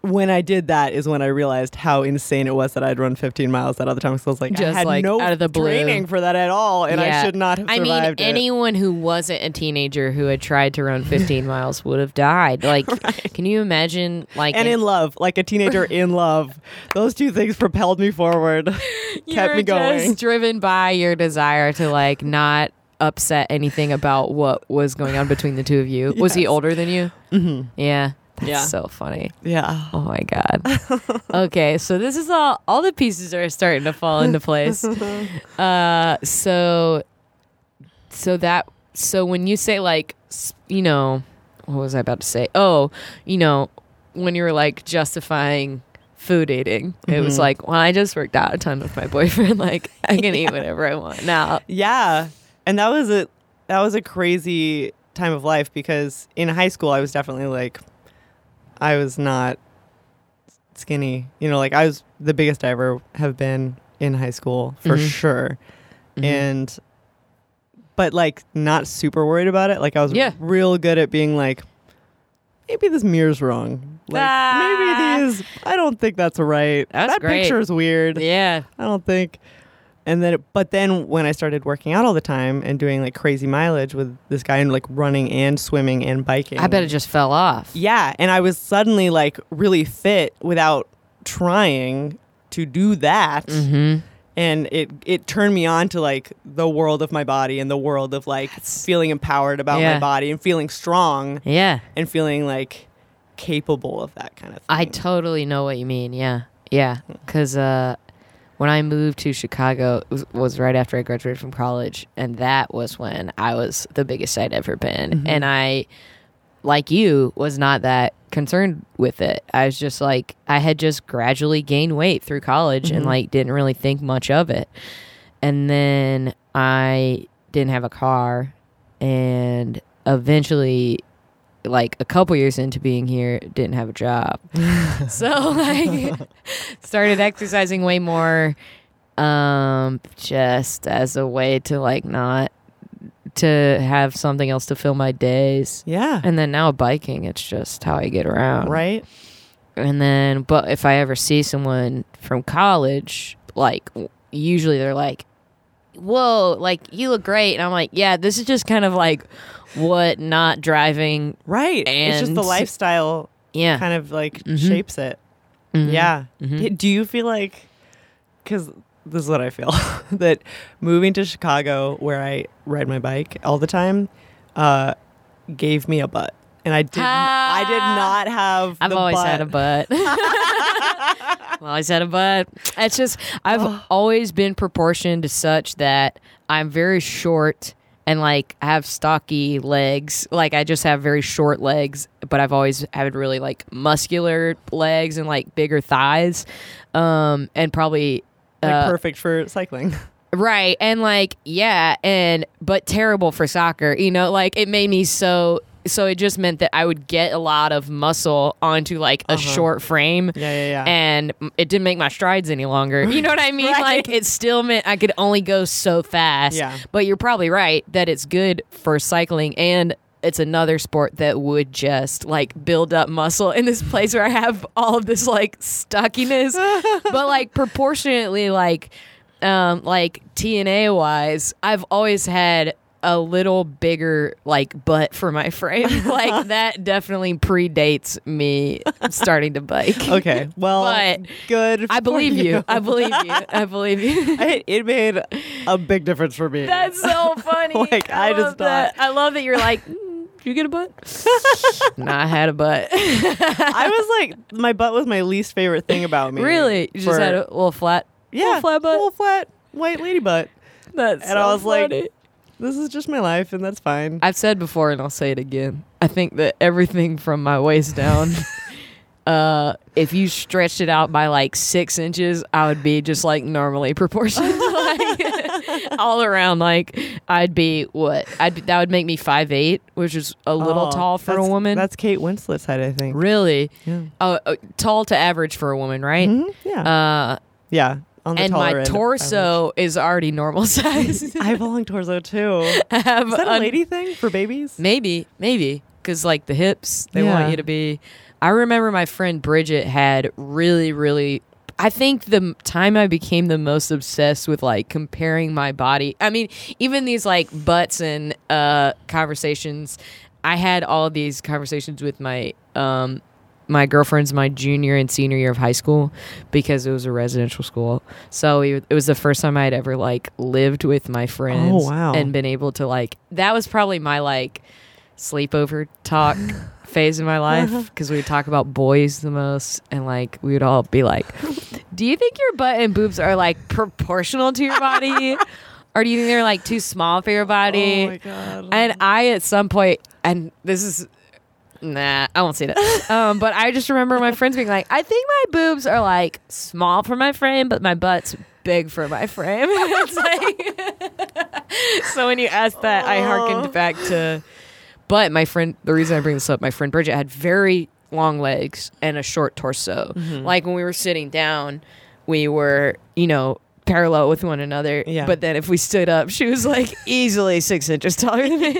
Speaker 6: when i did that is when i realized how insane it was that i'd run 15 miles that other time because i was like i
Speaker 1: Just,
Speaker 6: had
Speaker 1: like,
Speaker 6: no
Speaker 1: out of the blue.
Speaker 6: training for that at all and
Speaker 1: Yeah.
Speaker 6: i should not have
Speaker 1: I
Speaker 6: survived
Speaker 1: mean,
Speaker 6: it.
Speaker 1: anyone who wasn't a teenager who had tried to run 15 miles would have died. Like, can you imagine? Like,
Speaker 6: and in love like a teenager in love those two things propelled me forward kept me going
Speaker 1: Just driven by your desire to like not upset anything about what was going on between the two of you. Was he older than you? Mm-hmm. Yeah. That's
Speaker 6: Yeah.
Speaker 1: so funny.
Speaker 6: Yeah.
Speaker 1: Oh my god. okay, so this is all all the pieces are starting to fall into place. Uh so so that so when you say like s- you know, what was I about to say? Oh, you know, when you were like justifying food eating, it was like, well, I just worked out a ton with my boyfriend. Like, I can eat whatever I want now.
Speaker 6: Yeah. And that was a that was a crazy time of life because in high school I was definitely like I was not skinny. You know, like I was the biggest I ever have been in high school for
Speaker 1: Mm-hmm.
Speaker 6: sure. And but like not super worried about it. Like I was
Speaker 1: Yeah.
Speaker 6: real good at being like maybe this mirror's wrong. Like
Speaker 1: Ah.
Speaker 6: maybe these I don't think that's right.
Speaker 1: That's
Speaker 6: that
Speaker 1: great.
Speaker 6: picture's weird.
Speaker 1: Yeah.
Speaker 6: I don't think. And then, but then when I started working out all the time and doing like crazy mileage with this guy and like running and swimming and biking,
Speaker 1: I bet it just fell off.
Speaker 6: Yeah, and I was suddenly like really fit without trying to do that,
Speaker 1: Mm-hmm.
Speaker 6: and it it turned me on to like the world of my body and the world of like feeling empowered about
Speaker 1: Yeah.
Speaker 6: my body and feeling strong
Speaker 1: Yeah.
Speaker 6: and feeling like capable of that kind of thing.
Speaker 1: I totally know what you mean. Yeah. Yeah. Because uh, when I moved to Chicago, it was, was right after I graduated from college. And that was when I was the biggest I'd ever been. And I, like you, was not that concerned with it. I was just like, I had just gradually gained weight through college and like didn't really think much of it. And then I didn't have a car. And eventually, like a couple years into being here, didn't have a job. so like started exercising way more um just as a way to like not to have something else to fill my days.
Speaker 6: yeah,
Speaker 1: And then now biking, it's just how I get around.
Speaker 6: right.
Speaker 1: And then but if I ever see someone from college, like w- usually they're like Whoa, like you look great. And I'm like, yeah, this is just kind of like what not driving.
Speaker 6: Right. it's just the
Speaker 1: And-
Speaker 6: lifestyle
Speaker 1: Yeah.
Speaker 6: kind of like
Speaker 1: Mm-hmm.
Speaker 6: shapes it. Yeah. D- Do you feel like, because this is what I feel, that moving to Chicago where I ride my bike all the time uh, gave me a butt. And I did, I did not have.
Speaker 1: Ah. I've
Speaker 6: the
Speaker 1: always
Speaker 6: butt.
Speaker 1: had a butt. I've always had a butt. It's just I've always been proportioned to such that I'm very short and like I have stocky legs. Like I just have very short legs, but I've always had really like muscular legs and like bigger thighs. Um and probably
Speaker 6: like
Speaker 1: uh,
Speaker 6: perfect for cycling.
Speaker 1: Right. And like, yeah, and but terrible for soccer. You know, like it made me so so it just meant that I would get a lot of muscle onto like a short frame.
Speaker 6: Uh-huh. Yeah, yeah, yeah.
Speaker 1: And m- it didn't make my strides any longer. You know what I mean? Like it still meant I could only go so fast.
Speaker 6: Yeah.
Speaker 1: But you're probably right that it's good for cycling and it's another sport that would just like build up muscle in this place where I have all of this like stockiness, but like proportionately, like, um, like TNA wise, I've always had a little bigger like butt for my frame. like that definitely predates me starting to bike.
Speaker 6: Okay. Well,
Speaker 1: But
Speaker 6: good.
Speaker 1: I
Speaker 6: for
Speaker 1: believe you.
Speaker 6: you.
Speaker 1: I believe you. I believe you.
Speaker 6: it, it made a big difference for me.
Speaker 1: That's so funny.
Speaker 6: Like, I just
Speaker 1: love that. I love that you're like, "Mm, did you get a butt? nah, I had a butt.
Speaker 6: I was like, my butt was my least favorite thing about me.
Speaker 1: really? You just
Speaker 6: for-
Speaker 1: had a little flat,
Speaker 6: yeah,
Speaker 1: little flat butt.
Speaker 6: little flat white lady butt.
Speaker 1: That's
Speaker 6: And I
Speaker 1: so
Speaker 6: was like,
Speaker 1: funny.
Speaker 6: This is just my life, and that's fine.
Speaker 1: I've said before, and I'll say it again. I think that everything from my waist down, uh, if you stretched it out by like six inches, I would be just like normally proportioned, like all around. Like I'd be what? I'd be, that would make me five eight, which is a little
Speaker 6: Oh,
Speaker 1: tall for a
Speaker 6: that's-
Speaker 1: woman.
Speaker 6: That's Kate Winslet's height, I think.
Speaker 1: Really? Oh, uh, tall to average for a woman, right?
Speaker 6: Mhm, Yeah,
Speaker 1: Uh,
Speaker 6: yeah. On the
Speaker 1: and
Speaker 6: taller
Speaker 1: my
Speaker 6: end of average.
Speaker 1: torso is already normal size.
Speaker 6: I have a long torso too. Is
Speaker 1: I have
Speaker 6: that a
Speaker 1: un-
Speaker 6: lady thing for babies?
Speaker 1: Maybe, maybe. Because, like, the hips, they
Speaker 6: Yeah.
Speaker 1: want you to be. I remember my friend Bridget had really, really. I think the m- time I became the most obsessed with like comparing my body. I mean, even these like butts and uh, conversations. I had all these conversations with my um, my girlfriend's my junior and senior year of high school because it was a residential school. So it it was the first time I had ever like lived with my friends
Speaker 6: Oh, wow.
Speaker 1: and been able to like that was probably my like sleepover talk phase in my life because we would talk about boys the most, and like we would all be like, "Do you think your butt and boobs are like proportional to your body, or do you think they're like too small for your body?"
Speaker 6: Oh my God.
Speaker 1: And I at some point, and this is. Nah, I won't say that. Um, but I just remember my friends being like, "I think my boobs are like small for my frame, but my butt's big for my frame." it's like, so when you asked that, I harkened back to. But my friend, the reason I bring this up, my friend Bridget had very long legs and a short torso. Like when we were sitting down, we were, you know, parallel with one another.
Speaker 6: Yeah.
Speaker 1: But then if we stood up, she was like easily six inches taller than me.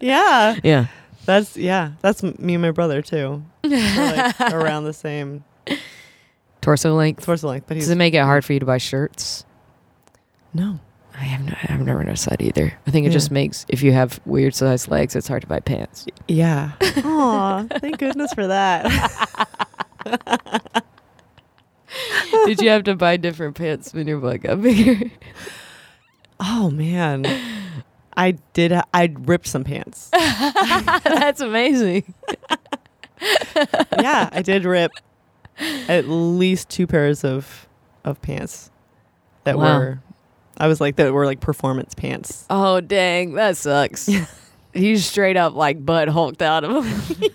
Speaker 6: Yeah.
Speaker 1: Yeah.
Speaker 6: That's yeah. That's m- me and my brother too. We're, like, around the same
Speaker 1: Torso length.
Speaker 6: torso length, but he's
Speaker 1: Does it make it hard for you to buy shirts?
Speaker 6: no.
Speaker 1: I have no, I've never noticed that either. I think it
Speaker 6: Yeah.
Speaker 1: just makes if you have weird sized legs, it's hard to buy pants.
Speaker 6: Yeah. Aw, thank goodness for that.
Speaker 1: Did you have to buy different pants when your butt got bigger?
Speaker 6: Oh man, I did. Ha- I ripped some pants.
Speaker 1: That's amazing.
Speaker 6: Yeah, I did rip at least two pairs of of pants that
Speaker 1: Wow.
Speaker 6: were. I was like that were like performance pants.
Speaker 1: Oh dang, that sucks. He's straight up like butt hulked out of him.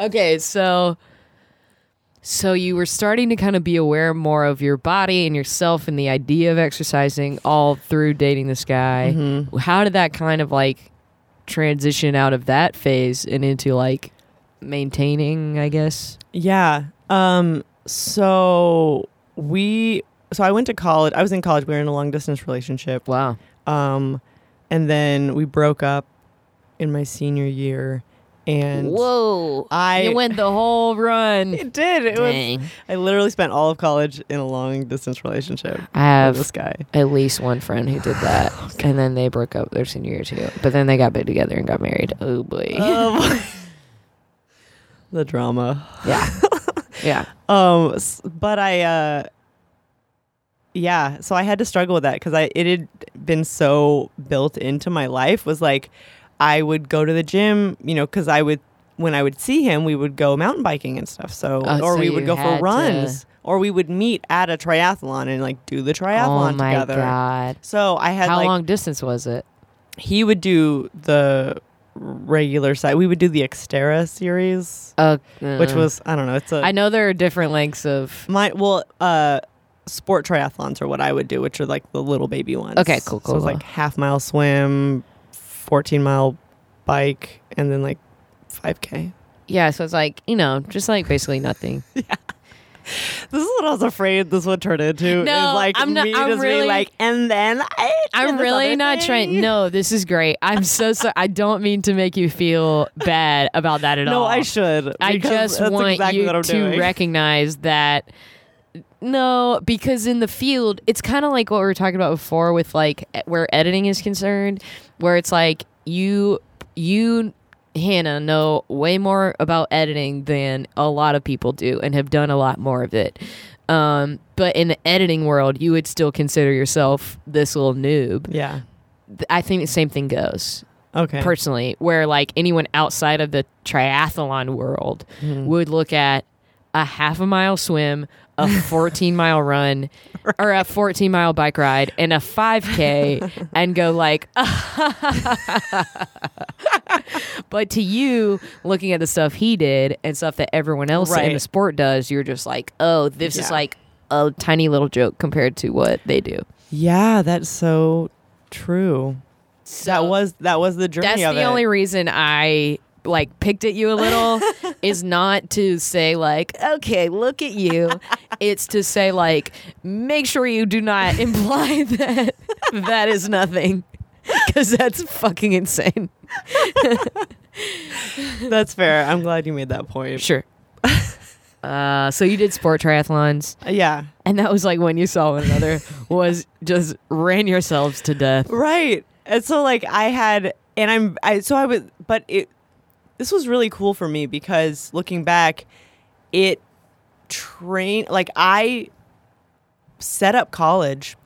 Speaker 1: Okay, so so you were starting to kind of be aware more of your body and yourself and the idea of exercising all through dating this guy. How did that kind of like transition out of that phase and into like maintaining, I guess?
Speaker 6: Yeah. Um so we so I went to college. I was in college. We were in a long distance relationship.
Speaker 1: Wow.
Speaker 6: Um and then we broke up in my senior year and
Speaker 1: Whoa.
Speaker 6: I-
Speaker 1: you went the whole run.
Speaker 6: it did. It was
Speaker 1: Dang.
Speaker 6: I literally spent all of college in a long distance relationship
Speaker 1: I have
Speaker 6: with this guy.
Speaker 1: at least one friend who did that, and then they broke up their senior year too. But then they got back together and got married. Oh boy,
Speaker 6: The drama.
Speaker 1: yeah.
Speaker 6: Um s- but I uh yeah, so I had to struggle with that cuz I it had been so built into my life was like I would go to the gym, you know, cuz I would when I would see him, we would go mountain biking and stuff. So
Speaker 1: Oh,
Speaker 6: or
Speaker 1: so
Speaker 6: we
Speaker 1: you
Speaker 6: would go
Speaker 1: had
Speaker 6: for
Speaker 1: to-
Speaker 6: runs or we would meet at a triathlon and like do the triathlon
Speaker 1: oh my
Speaker 6: together.
Speaker 1: god,
Speaker 6: So I had
Speaker 1: how
Speaker 6: like
Speaker 1: long distance was it?
Speaker 6: he would do the regular side. We would do the Xterra series,
Speaker 1: Uh,
Speaker 6: which
Speaker 1: uh,
Speaker 6: was I don't know, it's a
Speaker 1: I know there are different lengths of.
Speaker 6: my well, uh, sport triathlons are what I would do, which are like the little baby ones.
Speaker 1: Okay, cool,
Speaker 6: So
Speaker 1: cool,
Speaker 6: it's like half mile swim, fourteen mile bike, and then like five k.
Speaker 1: Yeah, so it's like you know, just like basically nothing.
Speaker 6: This is what I was afraid this would turn into.
Speaker 1: No,
Speaker 6: is like
Speaker 1: I'm not-
Speaker 6: me
Speaker 1: I'm
Speaker 6: just
Speaker 1: really-
Speaker 6: being like, and then I. did
Speaker 1: I'm
Speaker 6: this
Speaker 1: really
Speaker 6: other
Speaker 1: not trying.
Speaker 6: thing."
Speaker 1: No, this is great. I'm so sorry. I don't mean to make you feel bad about that at all.
Speaker 6: No, I should.
Speaker 1: I
Speaker 6: because
Speaker 1: just
Speaker 6: that's
Speaker 1: want
Speaker 6: exactly
Speaker 1: you
Speaker 6: what I'm
Speaker 1: to
Speaker 6: doing.
Speaker 1: recognize that. No, because in the field, it's kind of like what we were talking about before with like e- where editing is concerned, where it's like you, you, Hannah, know way more about editing than a lot of people do and have done a lot more of it. Um, but in the editing world, you would still consider yourself this little noob.
Speaker 6: Yeah.
Speaker 1: Th- I think the same thing goes
Speaker 6: Okay.
Speaker 1: personally, where like anyone outside of the triathlon world
Speaker 6: Mm-hmm.
Speaker 1: would look at a half a mile swim, a 14 mile run, or a 14 mile bike ride, and a 5K and go like, but to you, looking at the stuff he did and stuff that everyone else in the
Speaker 6: Right.
Speaker 1: sport does, you're just like, oh, this is
Speaker 6: Yeah.
Speaker 1: like a tiny little joke compared to what they do.
Speaker 6: yeah, that's so true.
Speaker 1: So
Speaker 6: That was that was the journey
Speaker 1: That's
Speaker 6: of
Speaker 1: the
Speaker 6: it.
Speaker 1: only reason I like picked at you a little is not to say like, okay, look at you. it's to say like, make sure you do not imply that that is nothing. Cause that's fucking insane.
Speaker 6: That's fair. I'm glad you made that point.
Speaker 1: Sure. Uh, so you did sport triathlons,
Speaker 6: Yeah.
Speaker 1: and that was like when you saw one another was just ran yourselves to death.
Speaker 6: Right. And so like I had and I'm I so I was but it this was really cool for me because looking back it train like I set up college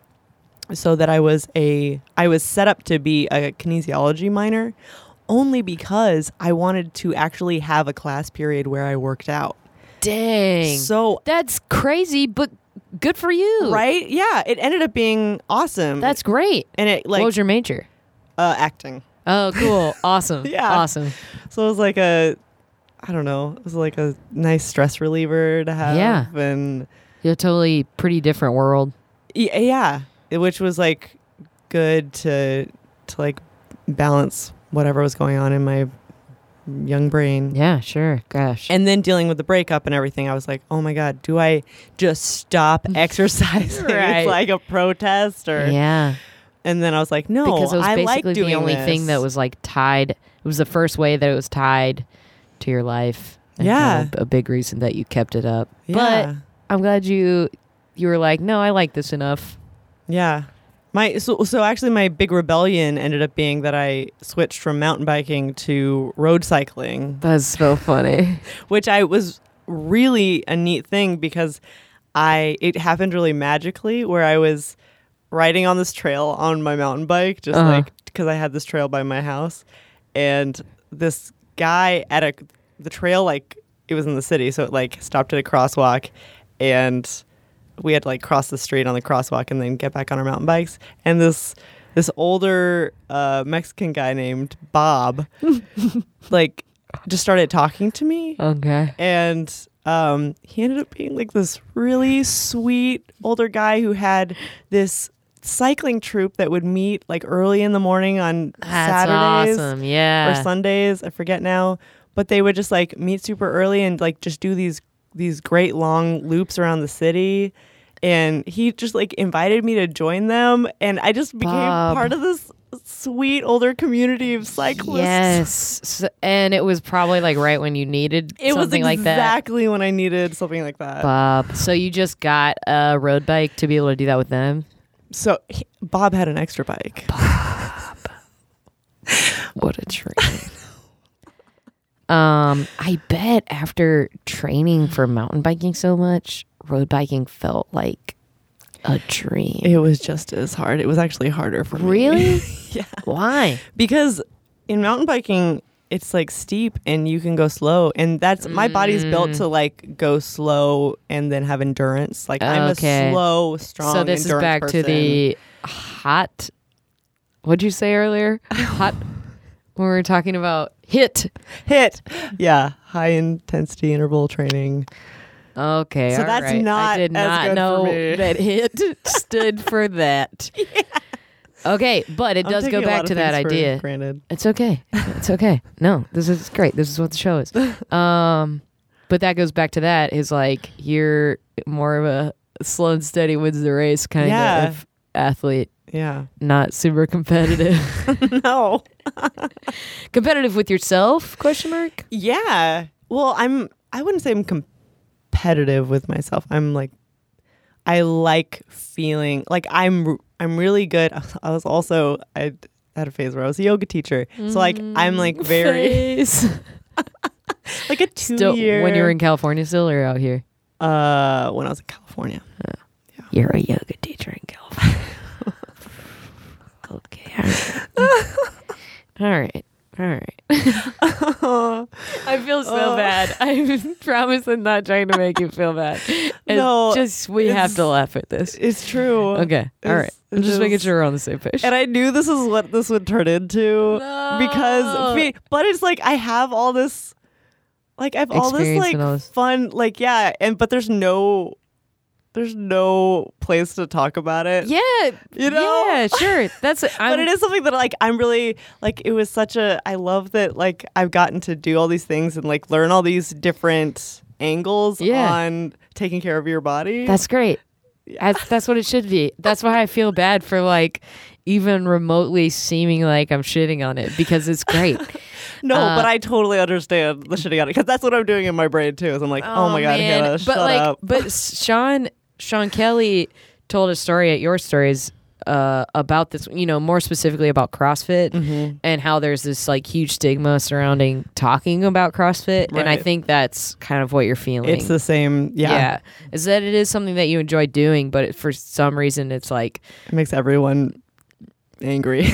Speaker 6: so that I was a I was set up to be a kinesiology minor only because I wanted to actually have a class period where I worked out.
Speaker 1: Dang.
Speaker 6: So
Speaker 1: that's crazy, but good for you.
Speaker 6: right, yeah, it ended up being awesome.
Speaker 1: That's great.
Speaker 6: and it like
Speaker 1: what was your major?
Speaker 6: uh, acting.
Speaker 1: Oh, cool. Awesome.
Speaker 6: Yeah.
Speaker 1: Awesome.
Speaker 6: So it was like a, I don't know, it was like a nice stress reliever to have.
Speaker 1: Yeah.
Speaker 6: and
Speaker 1: You're totally pretty different world.
Speaker 6: y- eh, yeah, it- which was like good to to like balance whatever was going on in my young brain.
Speaker 1: Yeah, sure. Gosh.
Speaker 6: And then dealing with the breakup and everything, I was like, oh my god, do I just stop exercising?
Speaker 1: Right.
Speaker 6: It's like a protest, or
Speaker 1: yeah.
Speaker 6: and then I was like, no,
Speaker 1: because it was
Speaker 6: I like
Speaker 1: basically
Speaker 6: doing
Speaker 1: the only
Speaker 6: this.
Speaker 1: thing that was like tied. It was the first way that it was tied to your life. and
Speaker 6: Yeah.
Speaker 1: kind of a big reason that you kept it up.
Speaker 6: Yeah.
Speaker 1: But I'm glad you you were like, no, I like this enough.
Speaker 6: Yeah. My so, so actually my big rebellion ended up being that I switched from mountain biking to road cycling,
Speaker 1: That's so funny.
Speaker 6: which I was really a neat thing because I it happened really magically where I was riding on this trail on my mountain bike just
Speaker 1: Uh-huh.
Speaker 6: like because I had this trail by my house and this guy at a the trail like it was in the city so it like stopped at a crosswalk and we had to like cross the street on the crosswalk and then get back on our mountain bikes and this this older uh, Mexican guy named Bob like just started talking to me
Speaker 1: okay.
Speaker 6: and um, he ended up being like this really sweet older guy who had this cycling troupe that would meet like early in the morning on
Speaker 1: That's
Speaker 6: Saturdays
Speaker 1: awesome.
Speaker 6: or
Speaker 1: Yeah.
Speaker 6: Sundays, I forget now, but they would just like meet super early and like just do these these great long loops around the city. And he just like invited me to join them, and I just became
Speaker 1: Bob.
Speaker 6: part of this sweet older community of cyclists.
Speaker 1: Yes. So- and it was probably like right when you needed
Speaker 6: It was
Speaker 1: something
Speaker 6: exactly
Speaker 1: like that.
Speaker 6: when I needed something like that.
Speaker 1: Bob. So you just got a road bike to be able to do that with them?
Speaker 6: So he, Bob had an extra bike.
Speaker 1: What a treat. um, I bet after training for mountain biking so much, road biking felt like a dream.
Speaker 6: It was just as hard. It was actually harder for me.
Speaker 1: Really? yeah. Why?
Speaker 6: Because in mountain biking, it's like steep and you can go slow. And that's my body's built
Speaker 1: Mm.
Speaker 6: to like go slow and then have endurance. Like I'm
Speaker 1: Okay.
Speaker 6: a slow, strong.
Speaker 1: so this is
Speaker 6: endurance
Speaker 1: back to
Speaker 6: person.
Speaker 1: the hot. What'd you say earlier? Hot. when we were talking about hit.
Speaker 6: hit. Yeah. High intensity interval training.
Speaker 1: Okay,
Speaker 6: So
Speaker 1: all
Speaker 6: that's
Speaker 1: right. I
Speaker 6: not
Speaker 1: did
Speaker 6: as
Speaker 1: not
Speaker 6: good for
Speaker 1: know
Speaker 6: me.
Speaker 1: that hit stood for that. Okay, but it
Speaker 6: I'm
Speaker 1: does
Speaker 6: taking
Speaker 1: go
Speaker 6: a lot
Speaker 1: back
Speaker 6: of
Speaker 1: to that
Speaker 6: things for
Speaker 1: idea.
Speaker 6: Granted.
Speaker 1: It's okay. It's okay. No, this is great. This is what the show is. Um, but that goes back to that is like you're more of a slow and steady wins the race kind
Speaker 6: Yeah.
Speaker 1: of athlete,
Speaker 6: Yeah.
Speaker 1: not super competitive.
Speaker 6: No.
Speaker 1: competitive with yourself? Question mark.
Speaker 6: Yeah. Well, I'm I wouldn't say I'm competitive with myself. I'm like I like feeling like I'm I'm really good. I was also I had a phase where I was a yoga teacher. So like I'm like
Speaker 1: Mm.
Speaker 6: very
Speaker 1: Face.
Speaker 6: like a 2
Speaker 1: Still,
Speaker 6: year
Speaker 1: when you were in California, still or out here?
Speaker 6: uh when I was in California.
Speaker 1: You're a yoga teacher in California. okay. All right. All right. Oh. I feel so bad. I promise I'm not trying to make you feel bad. It's
Speaker 6: No,
Speaker 1: just we have to laugh at this.
Speaker 6: It's true.
Speaker 1: Okay. All right.
Speaker 6: it's-
Speaker 1: I'm just making
Speaker 6: it's-
Speaker 1: sure we're on the same page.
Speaker 6: And I knew this is what this would turn into
Speaker 1: No.
Speaker 6: because fe- but it's like I have all this like I have all this
Speaker 1: Experience
Speaker 6: like
Speaker 1: and all this.
Speaker 6: fun like yeah and but there's no there's no place to talk about it.
Speaker 1: yeah.
Speaker 6: You know?
Speaker 1: Yeah, sure. That's it.
Speaker 6: But it is something that like I'm really like it was such a I love that like I've gotten to do all these things and like learn all these different angles
Speaker 1: Yeah.
Speaker 6: on taking care of your body.
Speaker 1: That's great. That's, that's what it should be. That's why I feel bad for like even remotely seeming like I'm shitting on it because it's great.
Speaker 6: no,
Speaker 1: uh,
Speaker 6: but I totally understand the shitting on it because that's what I'm doing in my brain too. Is I'm like, oh, my god,
Speaker 1: man.
Speaker 6: Hannah,
Speaker 1: but
Speaker 6: shut
Speaker 1: like,
Speaker 6: up.
Speaker 1: but Sean Sean Kelly told a story at your stories uh, about this. You know, more specifically about CrossFit
Speaker 6: Mm-hmm.
Speaker 1: and how there's this like huge stigma surrounding talking about CrossFit, and I
Speaker 6: Right.
Speaker 1: think that's kind of what you're feeling.
Speaker 6: It's the same. Yeah.
Speaker 1: yeah. is that it is something that you enjoy doing, but it, for some reason it's like
Speaker 6: It makes everyone angry.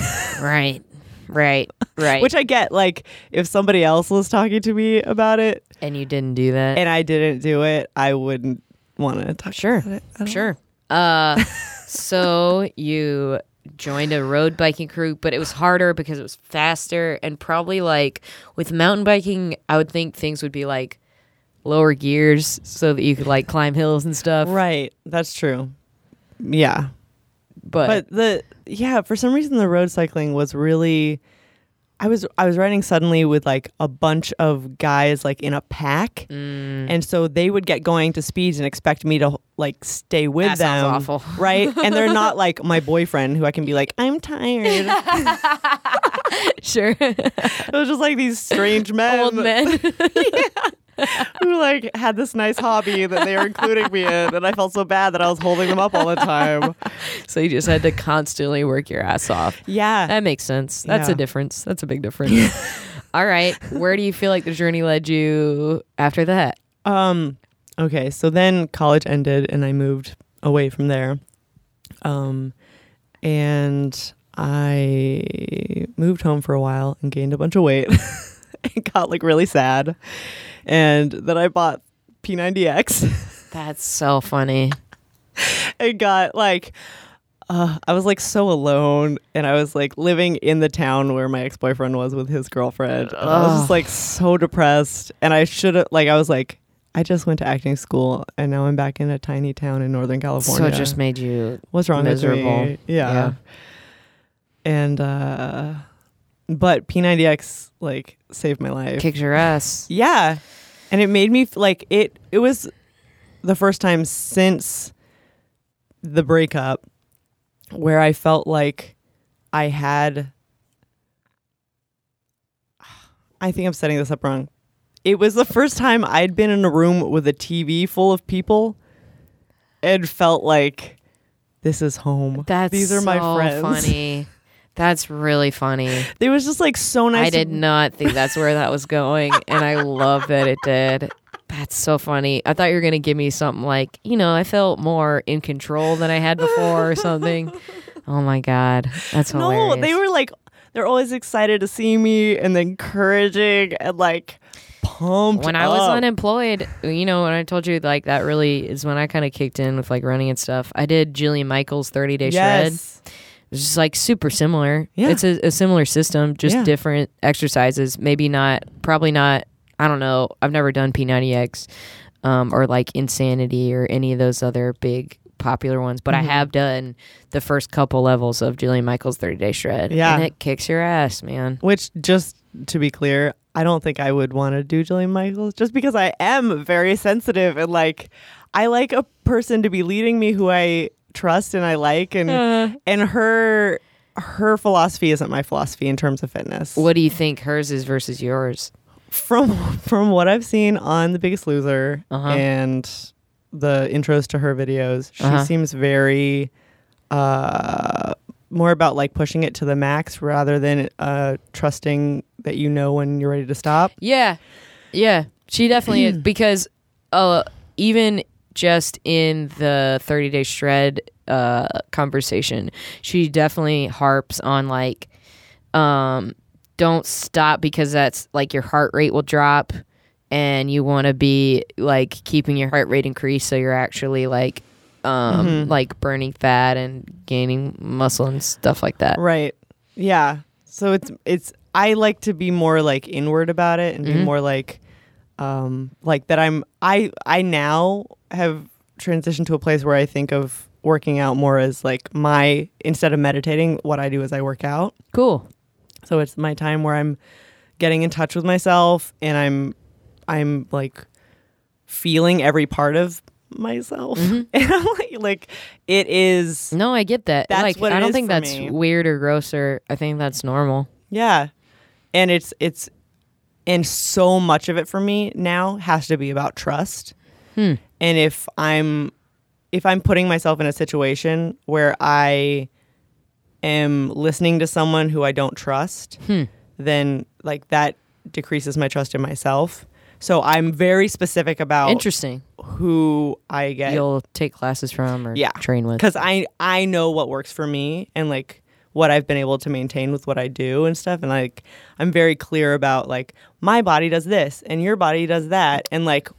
Speaker 1: right. Right. Right.
Speaker 6: Which I get, like, if somebody else was talking to me about it
Speaker 1: and you didn't do that.
Speaker 6: and I didn't do it, I wouldn't want to talk
Speaker 1: Sure.
Speaker 6: about it. I don't-
Speaker 1: Sure. Uh, so you joined a road biking crew, but it was harder because it was faster and probably like with mountain biking, I would think things would be like lower gears so that you could like climb hills and stuff.
Speaker 6: Right. That's true. Yeah.
Speaker 1: But,
Speaker 6: but the yeah for some reason the road cycling was really i was i was riding suddenly with like a bunch of guys like in a pack
Speaker 1: Mm.
Speaker 6: and so they would get going to speeds and expect me to like stay with
Speaker 1: That
Speaker 6: them
Speaker 1: sounds awful.
Speaker 6: right and they're not like my boyfriend who i can be like i'm tired it
Speaker 1: sure.
Speaker 6: was just like these strange men
Speaker 1: Old men.
Speaker 6: who like had this nice hobby that they were including me in and i felt so bad that i was holding them up all the time
Speaker 1: so you just had to constantly work your ass off.
Speaker 6: yeah
Speaker 1: That makes sense. That's
Speaker 6: Yeah.
Speaker 1: a difference. That's a big difference. All right. Where do you feel like the journey led you after that?
Speaker 6: Um. Okay. So then college ended, and I moved away from there. Um, and I moved home for a while and gained a bunch of weight and got like really sad. And then I bought P90X
Speaker 1: That's so funny.
Speaker 6: and got like. Uh, I was like so alone, and I was like living in the town where my ex boyfriend was with his girlfriend. And I was just like so depressed, and I should have like I was like I just went to acting school, and now I'm back in a tiny town in Northern
Speaker 1: So
Speaker 6: California.
Speaker 1: it just made you
Speaker 6: what's wrong
Speaker 1: miserable.
Speaker 6: with me? Yeah.
Speaker 1: Yeah.
Speaker 6: and uh, but P90X like saved my life.
Speaker 1: kicked your ass.
Speaker 6: Yeah. And it made me f- like it it was the first time since the breakup where I felt like I had I think I'm setting this up wrong. It was the first time I'd been in a room with a TV full of people and felt like this is home.
Speaker 1: That's
Speaker 6: These are my
Speaker 1: so
Speaker 6: friends.
Speaker 1: Funny. That's really funny.
Speaker 6: It was just like so nice.
Speaker 1: I
Speaker 6: to-
Speaker 1: did not think that's where that was going, and I love that it did. That's so funny. I thought you were gonna give me something like, you know, I felt more in control than I had before or something. Oh my god, that's hilarious.
Speaker 6: No, they were like they're always excited to see me and encouraging and like pumped.
Speaker 1: when I was
Speaker 6: up.
Speaker 1: unemployed, you know, when I told you like that really is when I kind of kicked in with like running and stuff. I did Jillian Michaels' 30 Day Shred.
Speaker 6: yes,
Speaker 1: It's just like super similar.
Speaker 6: Yeah.
Speaker 1: It's a, a similar system, just
Speaker 6: Yeah.
Speaker 1: different exercises. Maybe not, probably not. I don't know. I've never done P90X um, or like Insanity or any of those other big popular ones, but
Speaker 6: Mm-hmm.
Speaker 1: I have done the first couple levels of Jillian Michaels' 30 Day Shred.
Speaker 6: Yeah.
Speaker 1: And it kicks your ass, man.
Speaker 6: which just to be clear, I don't think I would want to do Jillian Michaels just because I am very sensitive and like I like a person to be leading me who I trust and I like and
Speaker 1: Uh-huh.
Speaker 6: and her her philosophy isn't my philosophy in terms of fitness.
Speaker 1: What do you think hers is versus yours?
Speaker 6: from from what I've seen on The Biggest Loser and the intros to her videos, she seems very uh, more about like pushing it to the max rather than uh, trusting that you know when you're ready to stop.
Speaker 1: Yeah. Yeah. She definitely is because uh even just in the 30 day shred uh conversation, she definitely harps on like um don't stop because that's like your heart rate will drop and you want to be like keeping your heart rate increased so you're actually like um like burning fat and gaining muscle and stuff like that.
Speaker 6: Right. Yeah. So it's it's I like to be more like inward about it and be more like um like that I'm I I now have transitioned to a place where I think of working out more as like my instead of meditating, what I do is I work out.
Speaker 1: Cool.
Speaker 6: So it's my time where I'm getting in touch with myself and I'm I'm like feeling every part of myself. And I'm like, like it is
Speaker 1: No, I get that.
Speaker 6: That's
Speaker 1: like
Speaker 6: what
Speaker 1: I
Speaker 6: it
Speaker 1: don't
Speaker 6: is
Speaker 1: think
Speaker 6: for
Speaker 1: that's
Speaker 6: me.
Speaker 1: weird or gross or I think that's normal.
Speaker 6: Yeah. And it's it's and so much of it for me now has to be about trust. And if I'm if I'm putting myself in a situation where I am listening to someone who I don't trust, then like that decreases my trust in myself. So I'm very specific about
Speaker 1: Interesting.
Speaker 6: who I get
Speaker 1: You'll take classes from or
Speaker 6: eh. yeah
Speaker 1: train with.
Speaker 6: because I I know what works for me and like what I've been able to maintain with what I do and stuff. And like, I'm very clear about like, my body does this and your body does that. And like,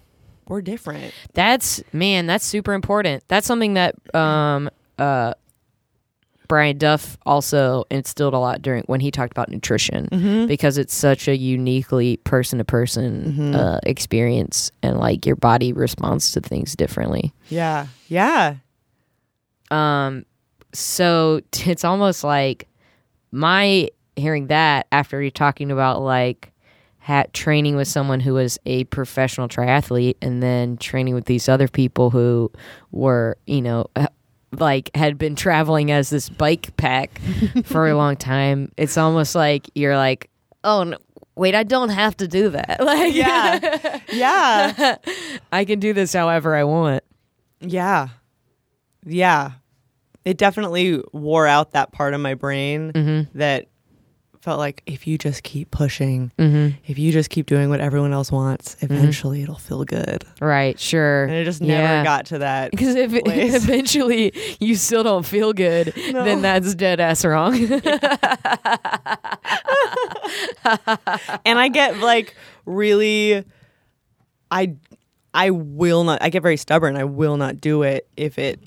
Speaker 6: we're different.
Speaker 1: That's man, that's super important. That's something that um uh Brian Duff also instilled a lot during when he talked about nutrition
Speaker 6: Mm-hmm.
Speaker 1: because it's such a uniquely person to
Speaker 6: Mm-hmm.
Speaker 1: person uh experience and like your body responds to things differently.
Speaker 6: Yeah. Yeah.
Speaker 1: Um so it's almost like my hearing that after you're talking about like hat training with someone who was a professional triathlete and then training with these other people who were you know uh, like had been traveling as this bike pack for a long time it's almost like you're like oh no wait i don't have to do that like
Speaker 6: Yeah. Yeah.
Speaker 1: i can do this however i want
Speaker 6: Yeah. Yeah. It definitely wore out that part of my brain
Speaker 1: Mm-hmm.
Speaker 6: that felt like if you just keep pushing,
Speaker 1: Mm-hmm.
Speaker 6: if you just keep doing what everyone else wants, eventually it'll feel good.
Speaker 1: right sure
Speaker 6: And it just never
Speaker 1: Yeah.
Speaker 6: got to that.
Speaker 1: Because if
Speaker 6: place.
Speaker 1: eventually you still don't feel good, then that's dead ass wrong.
Speaker 6: and I get like really I I will not I get very stubborn. I will not do it if it,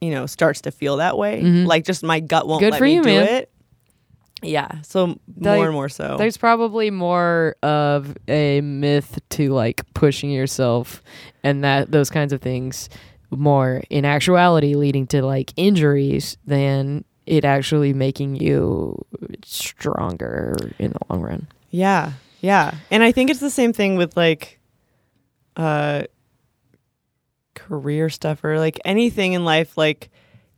Speaker 6: you know, starts to feel that way. Like just my gut won't
Speaker 1: Mm-hmm. Good
Speaker 6: let
Speaker 1: for
Speaker 6: me
Speaker 1: you,
Speaker 6: do
Speaker 1: man.
Speaker 6: it. Yeah. So
Speaker 1: Like,
Speaker 6: more and more so.
Speaker 1: There's probably more of a myth to like pushing yourself and that those kinds of things more in actuality leading to like injuries than it actually making you stronger in the long run.
Speaker 6: Yeah, yeah, and I think it's the same thing with like, uh, career stuff or like anything in life. Like,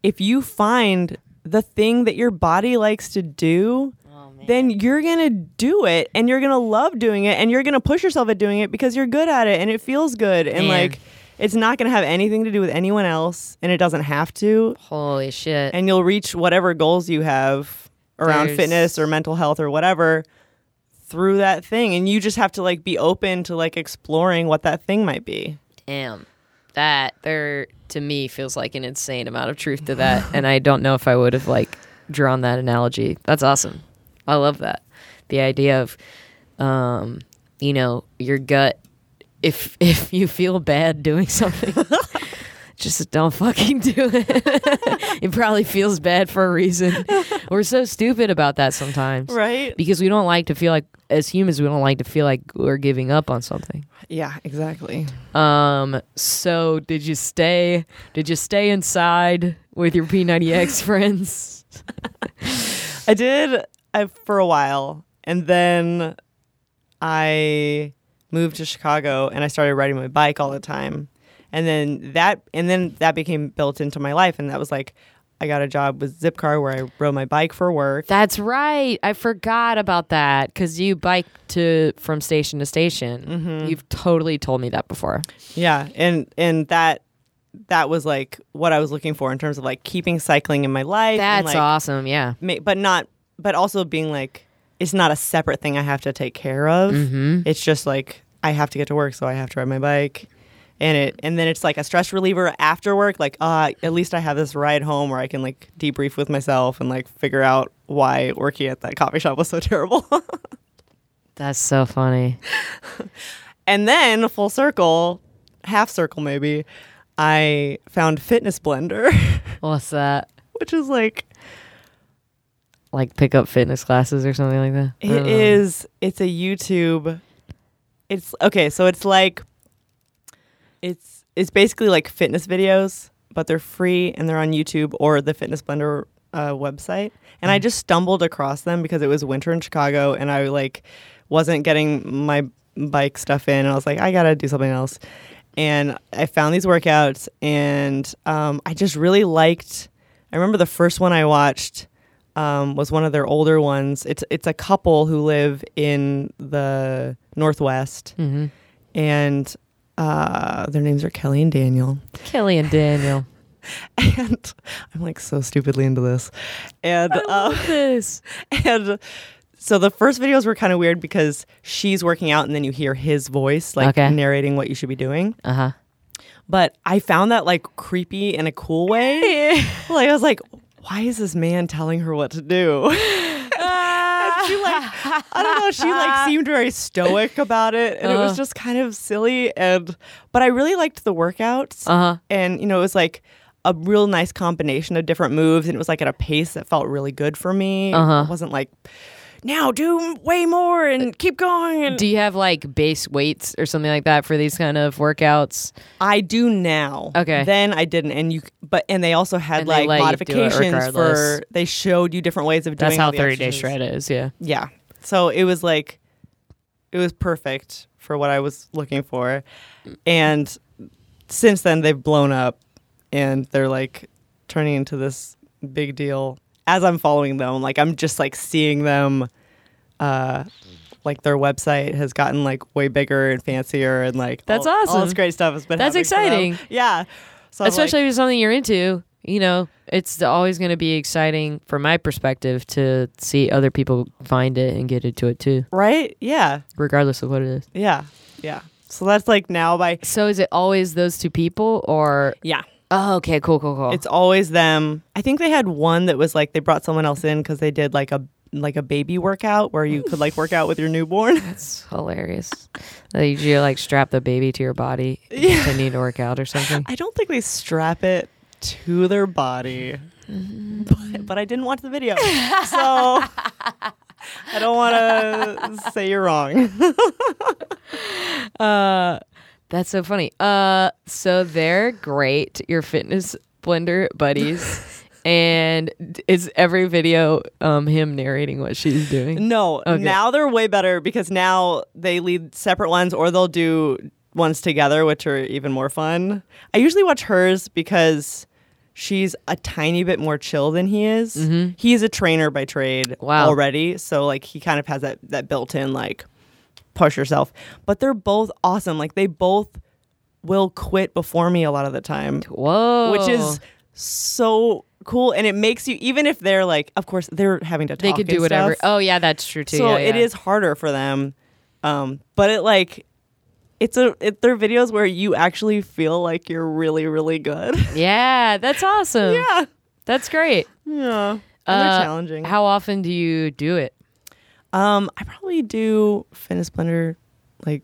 Speaker 6: if you find the thing that your body likes to do, then you're gonna do it, and you're gonna love doing it, and you're gonna push yourself at doing it because you're good at it, and it feels good, and
Speaker 1: Man.
Speaker 6: like, it's not gonna have anything to do with anyone else, and it doesn't have to,
Speaker 1: Holy shit.
Speaker 6: and you'll reach whatever goals you have around
Speaker 1: There's-
Speaker 6: fitness or mental health or whatever through that thing and you just have to like be open to like exploring what that thing might be
Speaker 1: Damn. That there to me feels like an insane amount of truth to that. and I don't know if I would have like drawn that analogy. That's awesome. I love that. The idea of um, you know, your gut if if you feel bad doing something just don't fucking do it. it probably feels bad for a reason. We're so stupid about that sometimes.
Speaker 6: right
Speaker 1: Because we don't like to feel like as humans we don't like to feel like we're giving up on something.
Speaker 6: yeah exactly
Speaker 1: Um. So did you stay? Did you stay inside with your P90X friends?
Speaker 6: i did I, for a while and then i moved to chicago and i started riding my bike all the time and then that and then that became built into my life and that was like i got a job with zipcar where i rode my bike for work
Speaker 1: That's right. I forgot about that because you bike to from station to station. You've totally told me that before.
Speaker 6: Yeah, and and that that was like what I was looking for in terms of like keeping cycling in my life.
Speaker 1: That's
Speaker 6: and, like,
Speaker 1: awesome. Yeah.
Speaker 6: ma- but not but also being like it's not a separate thing I have to take care of. It's just like I have to get to work, so I have to ride my bike. And it and then it's like a stress reliever after work. Like, uh, at least I have this ride home where I can like debrief with myself and like figure out why working at that coffee shop was so terrible.
Speaker 1: That's so funny.
Speaker 6: And then full circle, half circle maybe, I found Fitness Blender,
Speaker 1: What's that?
Speaker 6: which is like
Speaker 1: Like pick up fitness classes or something like that.
Speaker 6: it is it's a YouTube it's okay, so it's like it's it's basically like fitness videos, but they're free and they're on YouTube or the Fitness Blender uh, website. And I just stumbled across them because it was winter in Chicago and I like wasn't getting my bike stuff in and I was like, I gotta do something else. And I found these workouts and um, I just really liked I remember the first one I watched um, was one of their older ones. It's it's a couple who live in the northwest and uh, their names are Kelly and Daniel.
Speaker 1: Kelly and Daniel.
Speaker 6: And I'm like so stupidly into this. And uh,
Speaker 1: this.
Speaker 6: and so the first videos were kind of weird because she's working out and then you hear his voice like
Speaker 1: Okay.
Speaker 6: narrating what you should be doing.
Speaker 1: Uh huh.
Speaker 6: But I found that like creepy in a cool way. like I was like, why is this man telling her what to do? and she like, I don't know, she like seemed very stoic about it, and it
Speaker 1: Uh-huh.
Speaker 6: was just kind of silly. And but I really liked the workouts,
Speaker 1: Uh-huh.
Speaker 6: and you know, it was like a real nice combination of different moves, and it was like at a pace that felt really good for me.
Speaker 1: Uh-huh.
Speaker 6: It wasn't like now do way more
Speaker 1: Uh,
Speaker 6: and keep going. And
Speaker 1: Do you have like base weights or something like that for these kind of workouts?
Speaker 6: I do now.
Speaker 1: Okay.
Speaker 6: Then I didn't, and you, but and they also had
Speaker 1: And they
Speaker 6: like
Speaker 1: let you do it
Speaker 6: modifications
Speaker 1: regardless.
Speaker 6: for. They showed you different ways of doing.
Speaker 1: That's how
Speaker 6: all the
Speaker 1: 30 Day
Speaker 6: exercises.
Speaker 1: Shred is. Yeah.
Speaker 6: Yeah. So it was like, it was perfect for what I was looking for, and since then they've blown up, and they're like turning into this big deal. As I'm following them, like I'm just like seeing them, uh, like their website has gotten like way bigger and fancier, and like
Speaker 1: That's
Speaker 6: all- All this
Speaker 1: awesome.
Speaker 6: great stuff has been.
Speaker 1: That's
Speaker 6: happening for them.
Speaker 1: exciting.
Speaker 6: Yeah. So I'm, like-
Speaker 1: Especially if it's something you're into, you know, it's always going to be exciting from my perspective to see other people find it and get into it too,
Speaker 6: right? Yeah.
Speaker 1: regardless of what it is.
Speaker 6: Yeah. Yeah. So that's like now my
Speaker 1: So is it always those two people or?
Speaker 6: yeah.
Speaker 1: Oh, okay. Cool, cool, cool.
Speaker 6: It's always them. I think they had one that was like they brought someone else in because they did like a like a baby workout where you could like work out with your newborn.
Speaker 1: It's hilarious. They usually like strap the baby to your body and continue to work out or something.
Speaker 6: I don't think they strap it to their body, but, but I didn't watch the video, so I don't want to say you're wrong.
Speaker 1: Uh, That's so funny. Uh, so they're great, your fitness blender buddies, and is every video um him narrating what she's doing?
Speaker 6: No,
Speaker 1: Okay.
Speaker 6: now they're way better because now they lead separate ones or they'll do ones together, which are even more fun. I usually watch hers because she's a tiny bit more chill than he is. He is a trainer by trade
Speaker 1: Mm-hmm. Wow.
Speaker 6: already, so like he kind of has that that built-in like push yourself. But they're both awesome. Like they both will quit before me a lot of the time
Speaker 1: Whoa,
Speaker 6: which is so cool and it makes you even if they're like of course they're having to talk
Speaker 1: they could do
Speaker 6: and
Speaker 1: whatever.
Speaker 6: stuff,
Speaker 1: Oh yeah, that's true too.
Speaker 6: so
Speaker 1: yeah,
Speaker 6: it
Speaker 1: yeah.
Speaker 6: is harder for them um but it like it's a it, they're videos where you actually feel like you're really really good
Speaker 1: Yeah, that's awesome.
Speaker 6: yeah
Speaker 1: that's great.
Speaker 6: yeah and they're
Speaker 1: Uh,
Speaker 6: challenging
Speaker 1: How often do you do it?
Speaker 6: um i probably do fitness blender like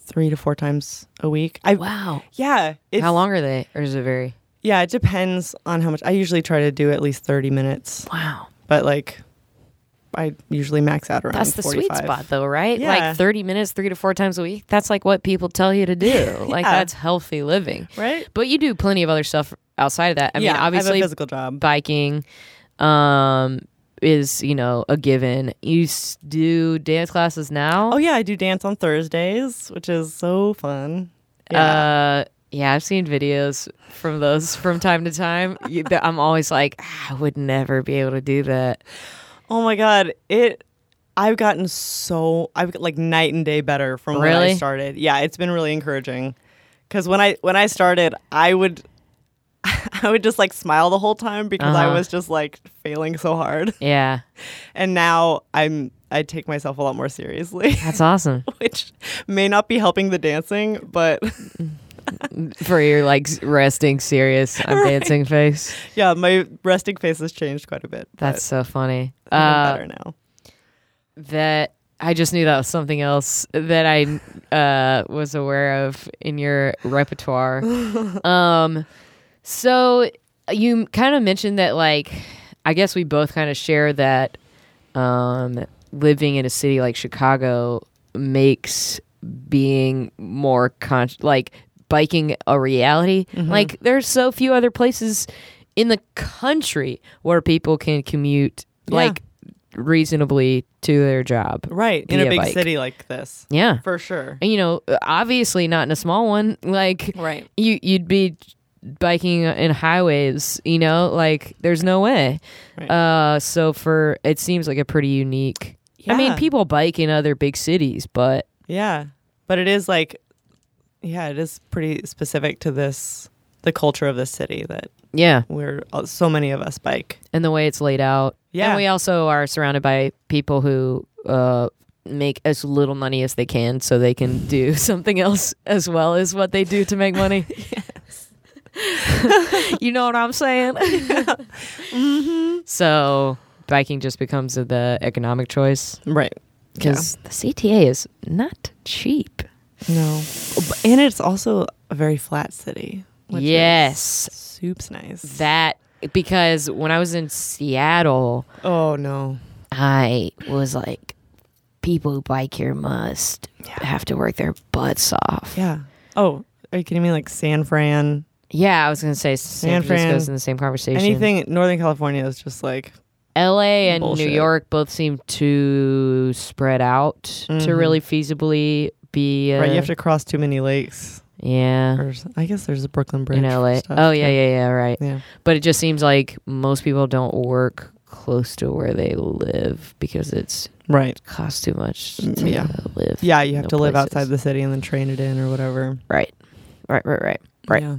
Speaker 6: three to four times a week i
Speaker 1: Wow,
Speaker 6: yeah it's,
Speaker 1: how long are they, or is it very?
Speaker 6: yeah it depends on how much i usually try to do at least 30 minutes
Speaker 1: Wow,
Speaker 6: but like I usually max out around.
Speaker 1: that's the
Speaker 6: 45.
Speaker 1: sweet spot though, right?
Speaker 6: Yeah.
Speaker 1: Like thirty minutes, three to four times a week. That's like what people tell you to do. Like
Speaker 6: Yeah.
Speaker 1: that's healthy living,
Speaker 6: right?
Speaker 1: But you do plenty of other stuff outside of that. I
Speaker 6: yeah,
Speaker 1: mean, obviously,
Speaker 6: I have a physical job.
Speaker 1: biking um, is you know a given. You s- do dance classes now.
Speaker 6: oh yeah, I do dance on Thursdays, which is so fun. Yeah,
Speaker 1: Uh, yeah, I've seen videos from those from time to time. You- that I'm always like, "Ah, I would never be able to do that.
Speaker 6: oh my god, it. I've gotten so I've like night and day better from when I
Speaker 1: Really?
Speaker 6: started. Yeah, it's been really encouraging. Because when I when I started, I would. I would just like smile the whole time because I
Speaker 1: Uh-huh.
Speaker 6: was just like failing so hard.
Speaker 1: Yeah,
Speaker 6: And now I'm I take myself a lot more seriously.
Speaker 1: that's awesome
Speaker 6: which may not be helping the dancing, but
Speaker 1: for your like s- resting serious. I'm dancing face.
Speaker 6: yeah, my resting face has changed quite a bit. but
Speaker 1: That's so funny.
Speaker 6: I'm
Speaker 1: Uh,
Speaker 6: better now.
Speaker 1: that I just knew that was something else that I uh, was aware of in your repertoire. um, so you kind of mentioned that, like, I guess we both kind of share that um, living in a city like Chicago makes being more conscious, like biking a reality. Like, there's so few other places in the country where people can commute, like, reasonably to their job.
Speaker 6: Right in a
Speaker 1: via
Speaker 6: big
Speaker 1: bike.
Speaker 6: city like this,
Speaker 1: Yeah.
Speaker 6: for sure.
Speaker 1: And, you know, obviously not in a small one. Like,
Speaker 6: Right.
Speaker 1: you, you'd be biking in highways, you know, like there's no way.
Speaker 6: Right.
Speaker 1: Uh, so for, it seems like a pretty unique, I mean,
Speaker 6: Yeah.
Speaker 1: people bike in other big cities, but
Speaker 6: Yeah, but it is like, yeah, it is pretty specific to this the culture of this city that
Speaker 1: yeah.
Speaker 6: we're uh, so many of us bike.
Speaker 1: And the way it's laid out.
Speaker 6: Yeah.
Speaker 1: And we also are surrounded by people who, uh, make as little money as they can so they can do something else as well as what they do to make money you know what I'm saying? Mm-hmm. So biking just becomes the economic choice
Speaker 6: Right.
Speaker 1: because the CTA is not cheap.
Speaker 6: No. And it's also a very flat city. which is
Speaker 1: Yes.
Speaker 6: soup's nice.
Speaker 1: That because when I was in Seattle,
Speaker 6: oh, no.
Speaker 1: I was like, people who bike here must have to work their butts off.
Speaker 6: Yeah. Oh, are you kidding me? Like San Fran.
Speaker 1: Yeah, I was gonna say San
Speaker 6: San
Speaker 1: Francisco's
Speaker 6: Fran,
Speaker 1: in the same conversation.
Speaker 6: Anything Northern California is just like,
Speaker 1: L.A. and
Speaker 6: Bullshit.
Speaker 1: New York both seem too spread out to really feasibly be. Uh,
Speaker 6: Mm-hmm. right, you have to cross too many lakes.
Speaker 1: Yeah.
Speaker 6: Or, s- I guess there's a Brooklyn Bridge.
Speaker 1: In
Speaker 6: for
Speaker 1: LA.
Speaker 6: stuff,
Speaker 1: Oh, yeah,
Speaker 6: too.
Speaker 1: yeah, yeah, right.
Speaker 6: Yeah.
Speaker 1: But it just seems like most people don't work close to where they live because it's
Speaker 6: Right.
Speaker 1: costs too much
Speaker 6: Mm,
Speaker 1: to
Speaker 6: yeah.
Speaker 1: live.
Speaker 6: Yeah, you have
Speaker 1: No
Speaker 6: to live
Speaker 1: places.
Speaker 6: outside the city and then train it in or whatever.
Speaker 1: Right. Right, right, right. Right.
Speaker 6: Yeah.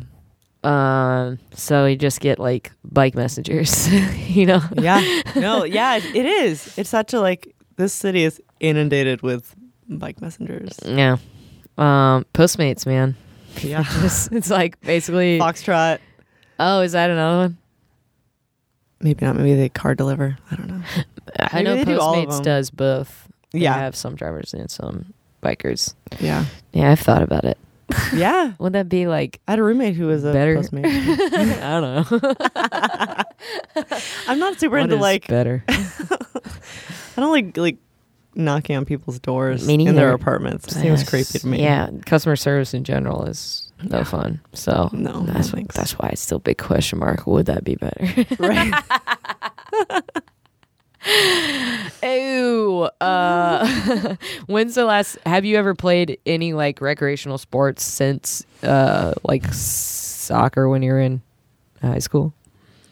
Speaker 1: Um, so you just get like bike messengers, you know?
Speaker 6: yeah. No, yeah, it it is. It's such a like this city is inundated with bike messengers.
Speaker 1: Yeah. Um, Postmates, man.
Speaker 6: Yeah.
Speaker 1: It's, it's like basically.
Speaker 6: Foxtrot.
Speaker 1: Oh, is that another one?
Speaker 6: Maybe not. Maybe they car deliver. I don't know.
Speaker 1: I
Speaker 6: Maybe
Speaker 1: know
Speaker 6: they do all of
Speaker 1: Postmates
Speaker 6: them.
Speaker 1: does both. They
Speaker 6: Yeah.
Speaker 1: have some drivers and some bikers.
Speaker 6: Yeah.
Speaker 1: Yeah, I've thought about it.
Speaker 6: Yeah.
Speaker 1: Would that be like?
Speaker 6: I had a roommate who was a
Speaker 1: Better-
Speaker 6: Postmate.
Speaker 1: I don't know.
Speaker 6: I'm not super
Speaker 1: What
Speaker 6: into
Speaker 1: is
Speaker 6: like
Speaker 1: better.
Speaker 6: I don't like like knocking on people's doors
Speaker 1: Me
Speaker 6: in
Speaker 1: neither.
Speaker 6: their apartments. It seems creepy to me.
Speaker 1: Yeah, customer service in general is no fun. So
Speaker 6: No,
Speaker 1: I
Speaker 6: no
Speaker 1: think
Speaker 6: thanks.
Speaker 1: that's why it's still a big question mark. Would that be better?
Speaker 6: Right.
Speaker 1: Ew. Uh, when's the last? Have you ever played any like recreational sports since uh, like soccer when you were in high school?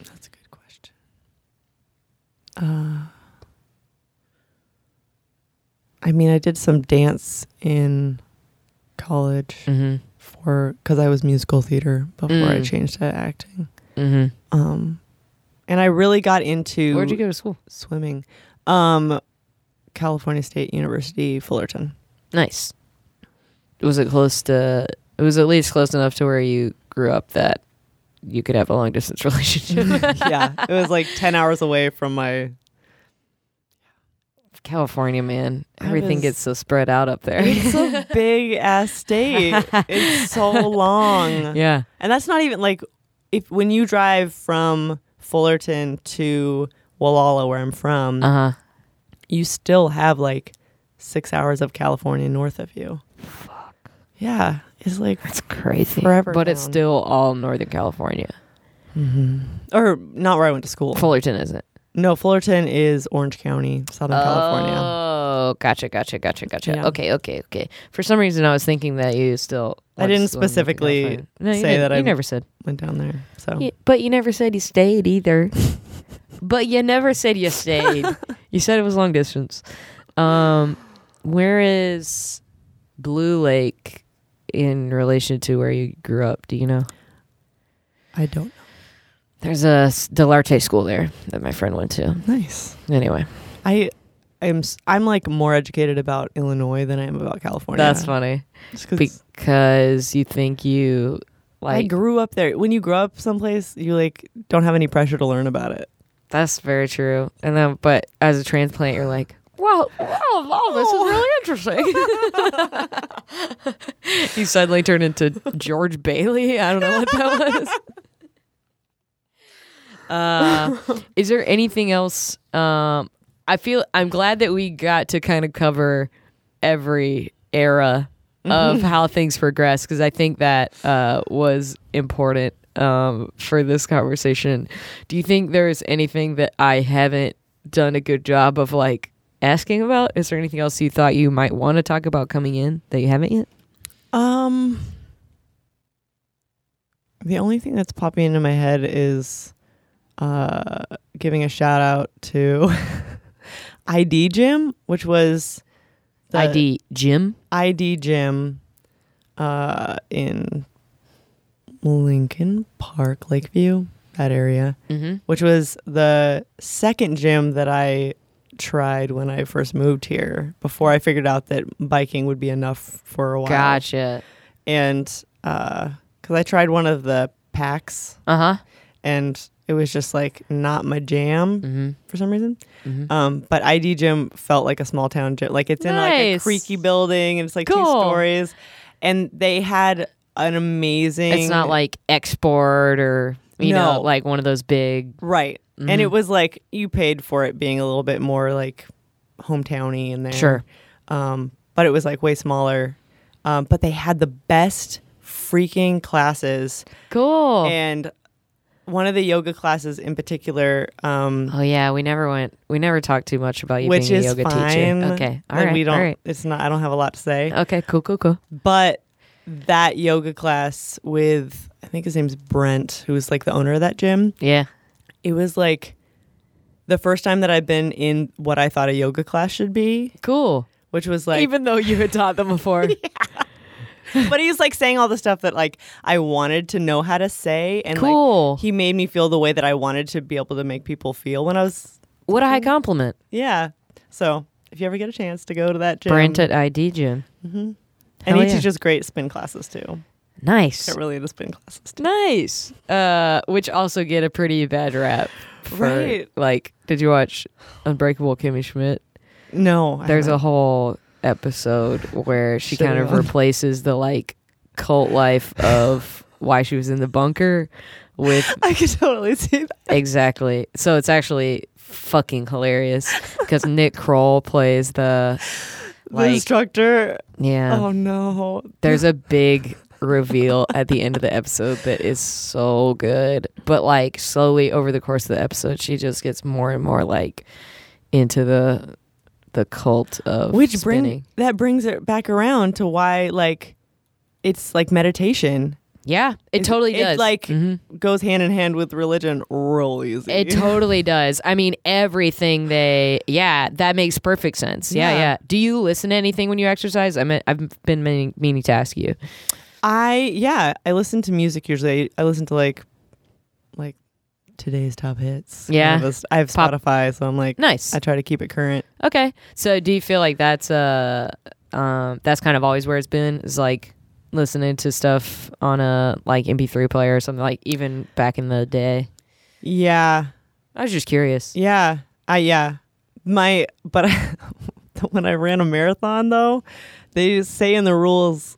Speaker 6: That's a good question. Uh, I mean, I did some dance in college
Speaker 1: Mm-hmm.
Speaker 6: for because I was musical theater before I
Speaker 1: Mm.
Speaker 6: changed to acting.
Speaker 1: Mm-hmm.
Speaker 6: Um, and I really got into
Speaker 1: Where'd you go to school?
Speaker 6: swimming. Um, California State University Fullerton.
Speaker 1: Nice. Was it close to? It was at least close enough to where you grew up that you could have a long distance relationship.
Speaker 6: yeah, it was like ten hours away from my.
Speaker 1: California, man,
Speaker 6: I
Speaker 1: everything
Speaker 6: was-
Speaker 1: gets so spread out up there.
Speaker 6: It's a big ass state. It's so long.
Speaker 1: yeah.
Speaker 6: And that's not even like if when you drive from Fullerton to Wallala, where I'm from,
Speaker 1: Uh huh.
Speaker 6: you still have like six hours of California north of you. Fuck. Yeah, it's like
Speaker 1: That's crazy.
Speaker 6: Forever
Speaker 1: But it's
Speaker 6: down.
Speaker 1: still all Northern California.
Speaker 6: or not where I went to school.
Speaker 1: Fullerton isn't.
Speaker 6: no, Fullerton is Orange County, Southern California.
Speaker 1: Oh, gotcha, gotcha, gotcha, gotcha.
Speaker 6: Yeah.
Speaker 1: Okay, okay, okay. For some reason, I was thinking that you still.
Speaker 6: I didn't
Speaker 1: still lived in
Speaker 6: specifically
Speaker 1: California. no, you
Speaker 6: say
Speaker 1: didn't.
Speaker 6: that
Speaker 1: You
Speaker 6: I-
Speaker 1: never said.
Speaker 6: Went down there. So
Speaker 1: Yeah, but you never said you stayed either. but you never said you stayed. you said it was long distance. Um, where is Blue Lake in relation to where you grew up? Do you know?
Speaker 6: I don't know.
Speaker 1: There's a s- Delarte school there that my friend went to.
Speaker 6: Nice.
Speaker 1: Anyway,
Speaker 6: I am. s- I'm like more educated about Illinois than I am about California.
Speaker 1: that's funny
Speaker 6: Just 'cause
Speaker 1: because you think you
Speaker 6: I
Speaker 1: like.
Speaker 6: grew up there. When you grow up someplace, you like don't have any pressure to learn about it.
Speaker 1: That's very true. And then, but as a transplant, you're like, wow, wow, wow this is really interesting. you suddenly turn into George Bailey. I don't know what that was. Uh, is there anything else? Um, I feel I'm glad that we got to kind of cover every era
Speaker 6: Mm-hmm.
Speaker 1: of how things progress because I think that uh, was important um, for this conversation. Do you think there is anything that I haven't done a good job of like asking about? Is there anything else you thought you might want to talk about coming in that you haven't yet?
Speaker 6: Um, the only thing that's popping into my head is uh, giving a shout out to ID Gym, which was the
Speaker 1: ID Jim.
Speaker 6: ID Gym uh, in Lincoln Park, Lakeview, that area.
Speaker 1: Mm-hmm.
Speaker 6: which was the second gym that I tried when I first moved here before I figured out that biking would be enough for a while.
Speaker 1: Gotcha.
Speaker 6: And because I tried one of the packs
Speaker 1: Uh huh.
Speaker 6: and it was just like not my jam
Speaker 1: Mm-hmm.
Speaker 6: for some reason. Um, but ID Gym felt like a small town gym. Like it's in like a
Speaker 1: Nice.
Speaker 6: creaky building and it's like two
Speaker 1: Cool.
Speaker 6: stories. And they had an amazing.
Speaker 1: It's not like export or you know
Speaker 6: No.
Speaker 1: like one of those big.
Speaker 6: Right. And it
Speaker 1: Mm-hmm.
Speaker 6: was like you paid for it being a little bit more like hometowny in there.
Speaker 1: Sure.
Speaker 6: Um, but it was like way smaller. Um, but they had the best freaking classes.
Speaker 1: Cool.
Speaker 6: And one of the yoga classes in particular, um,
Speaker 1: oh yeah, we never went. We never talked too much about you
Speaker 6: which
Speaker 1: being
Speaker 6: is
Speaker 1: a yoga
Speaker 6: fine.
Speaker 1: teacher. Okay. All
Speaker 6: Like,
Speaker 1: right.
Speaker 6: We don't.
Speaker 1: all right. Oh.
Speaker 6: It's not. I don't have a lot to say.
Speaker 1: Okay. Cool. Cool. Cool.
Speaker 6: But that yoga class with I think his name's Brent, who's like the owner of that gym.
Speaker 1: Yeah.
Speaker 6: It was like the first time that I've been in what I thought a yoga class should be,
Speaker 1: Cool.
Speaker 6: which was like.
Speaker 1: Even though you had taught them before.
Speaker 6: but he's like saying all the stuff that like I wanted to know how to say, and
Speaker 1: Cool.
Speaker 6: like he made me feel the way that I wanted to be able to make people feel when I was.
Speaker 1: What a high compliment.
Speaker 6: Yeah. So if you ever get a chance to go to that gym,
Speaker 1: Brent at ID Gym.
Speaker 6: and
Speaker 1: hell
Speaker 6: he
Speaker 1: yeah.
Speaker 6: teaches great spin classes too.
Speaker 1: Nice.
Speaker 6: Get really into spin classes.
Speaker 1: Nice. Uh, which also get a pretty bad rap. For,
Speaker 6: Right. Uh-huh.
Speaker 1: Like, did you watch Unbreakable Kimmy Schmidt?
Speaker 6: No, I
Speaker 1: There's a
Speaker 6: haven't.
Speaker 1: whole episode where she
Speaker 6: Should've
Speaker 1: kind of
Speaker 6: gone.
Speaker 1: replaces the like cult life of why she was in the bunker with
Speaker 6: I could totally see that.
Speaker 1: exactly. So it's actually fucking hilarious because Nick Kroll plays the
Speaker 6: the
Speaker 1: like
Speaker 6: instructor.
Speaker 1: yeah.
Speaker 6: oh no,
Speaker 1: There's a big reveal at the end of the episode that is so good. But like slowly over the course of the episode, she just gets more and more like into the the cult of
Speaker 6: which
Speaker 1: spinning.
Speaker 6: bring that brings it back around to why like it's like meditation.
Speaker 1: yeah, it totally does.
Speaker 6: It Mm-hmm. like
Speaker 1: Mhm.
Speaker 6: goes hand in hand with religion, real easy.
Speaker 1: it totally does. I mean, everything they yeah, that makes perfect sense. Yeah, yeah.
Speaker 6: Yeah.
Speaker 1: Do you listen to anything when you exercise? I mean, I've been meaning, meaning to ask you.
Speaker 6: I yeah, I listen to music usually. I listen to like like today's top hits. kind
Speaker 1: Yeah.
Speaker 6: of a st- I have
Speaker 1: Pop-
Speaker 6: Spotify, so I'm like
Speaker 1: Nice.
Speaker 6: I try to keep it current.
Speaker 1: Okay. So do you feel like that's uh um that's kind of always where it's been is like listening to stuff on a like MP3 player or something like even back in the day.
Speaker 6: Yeah.
Speaker 1: I was just curious.
Speaker 6: Yeah, I yeah. My but when I ran a marathon though, they say in the rules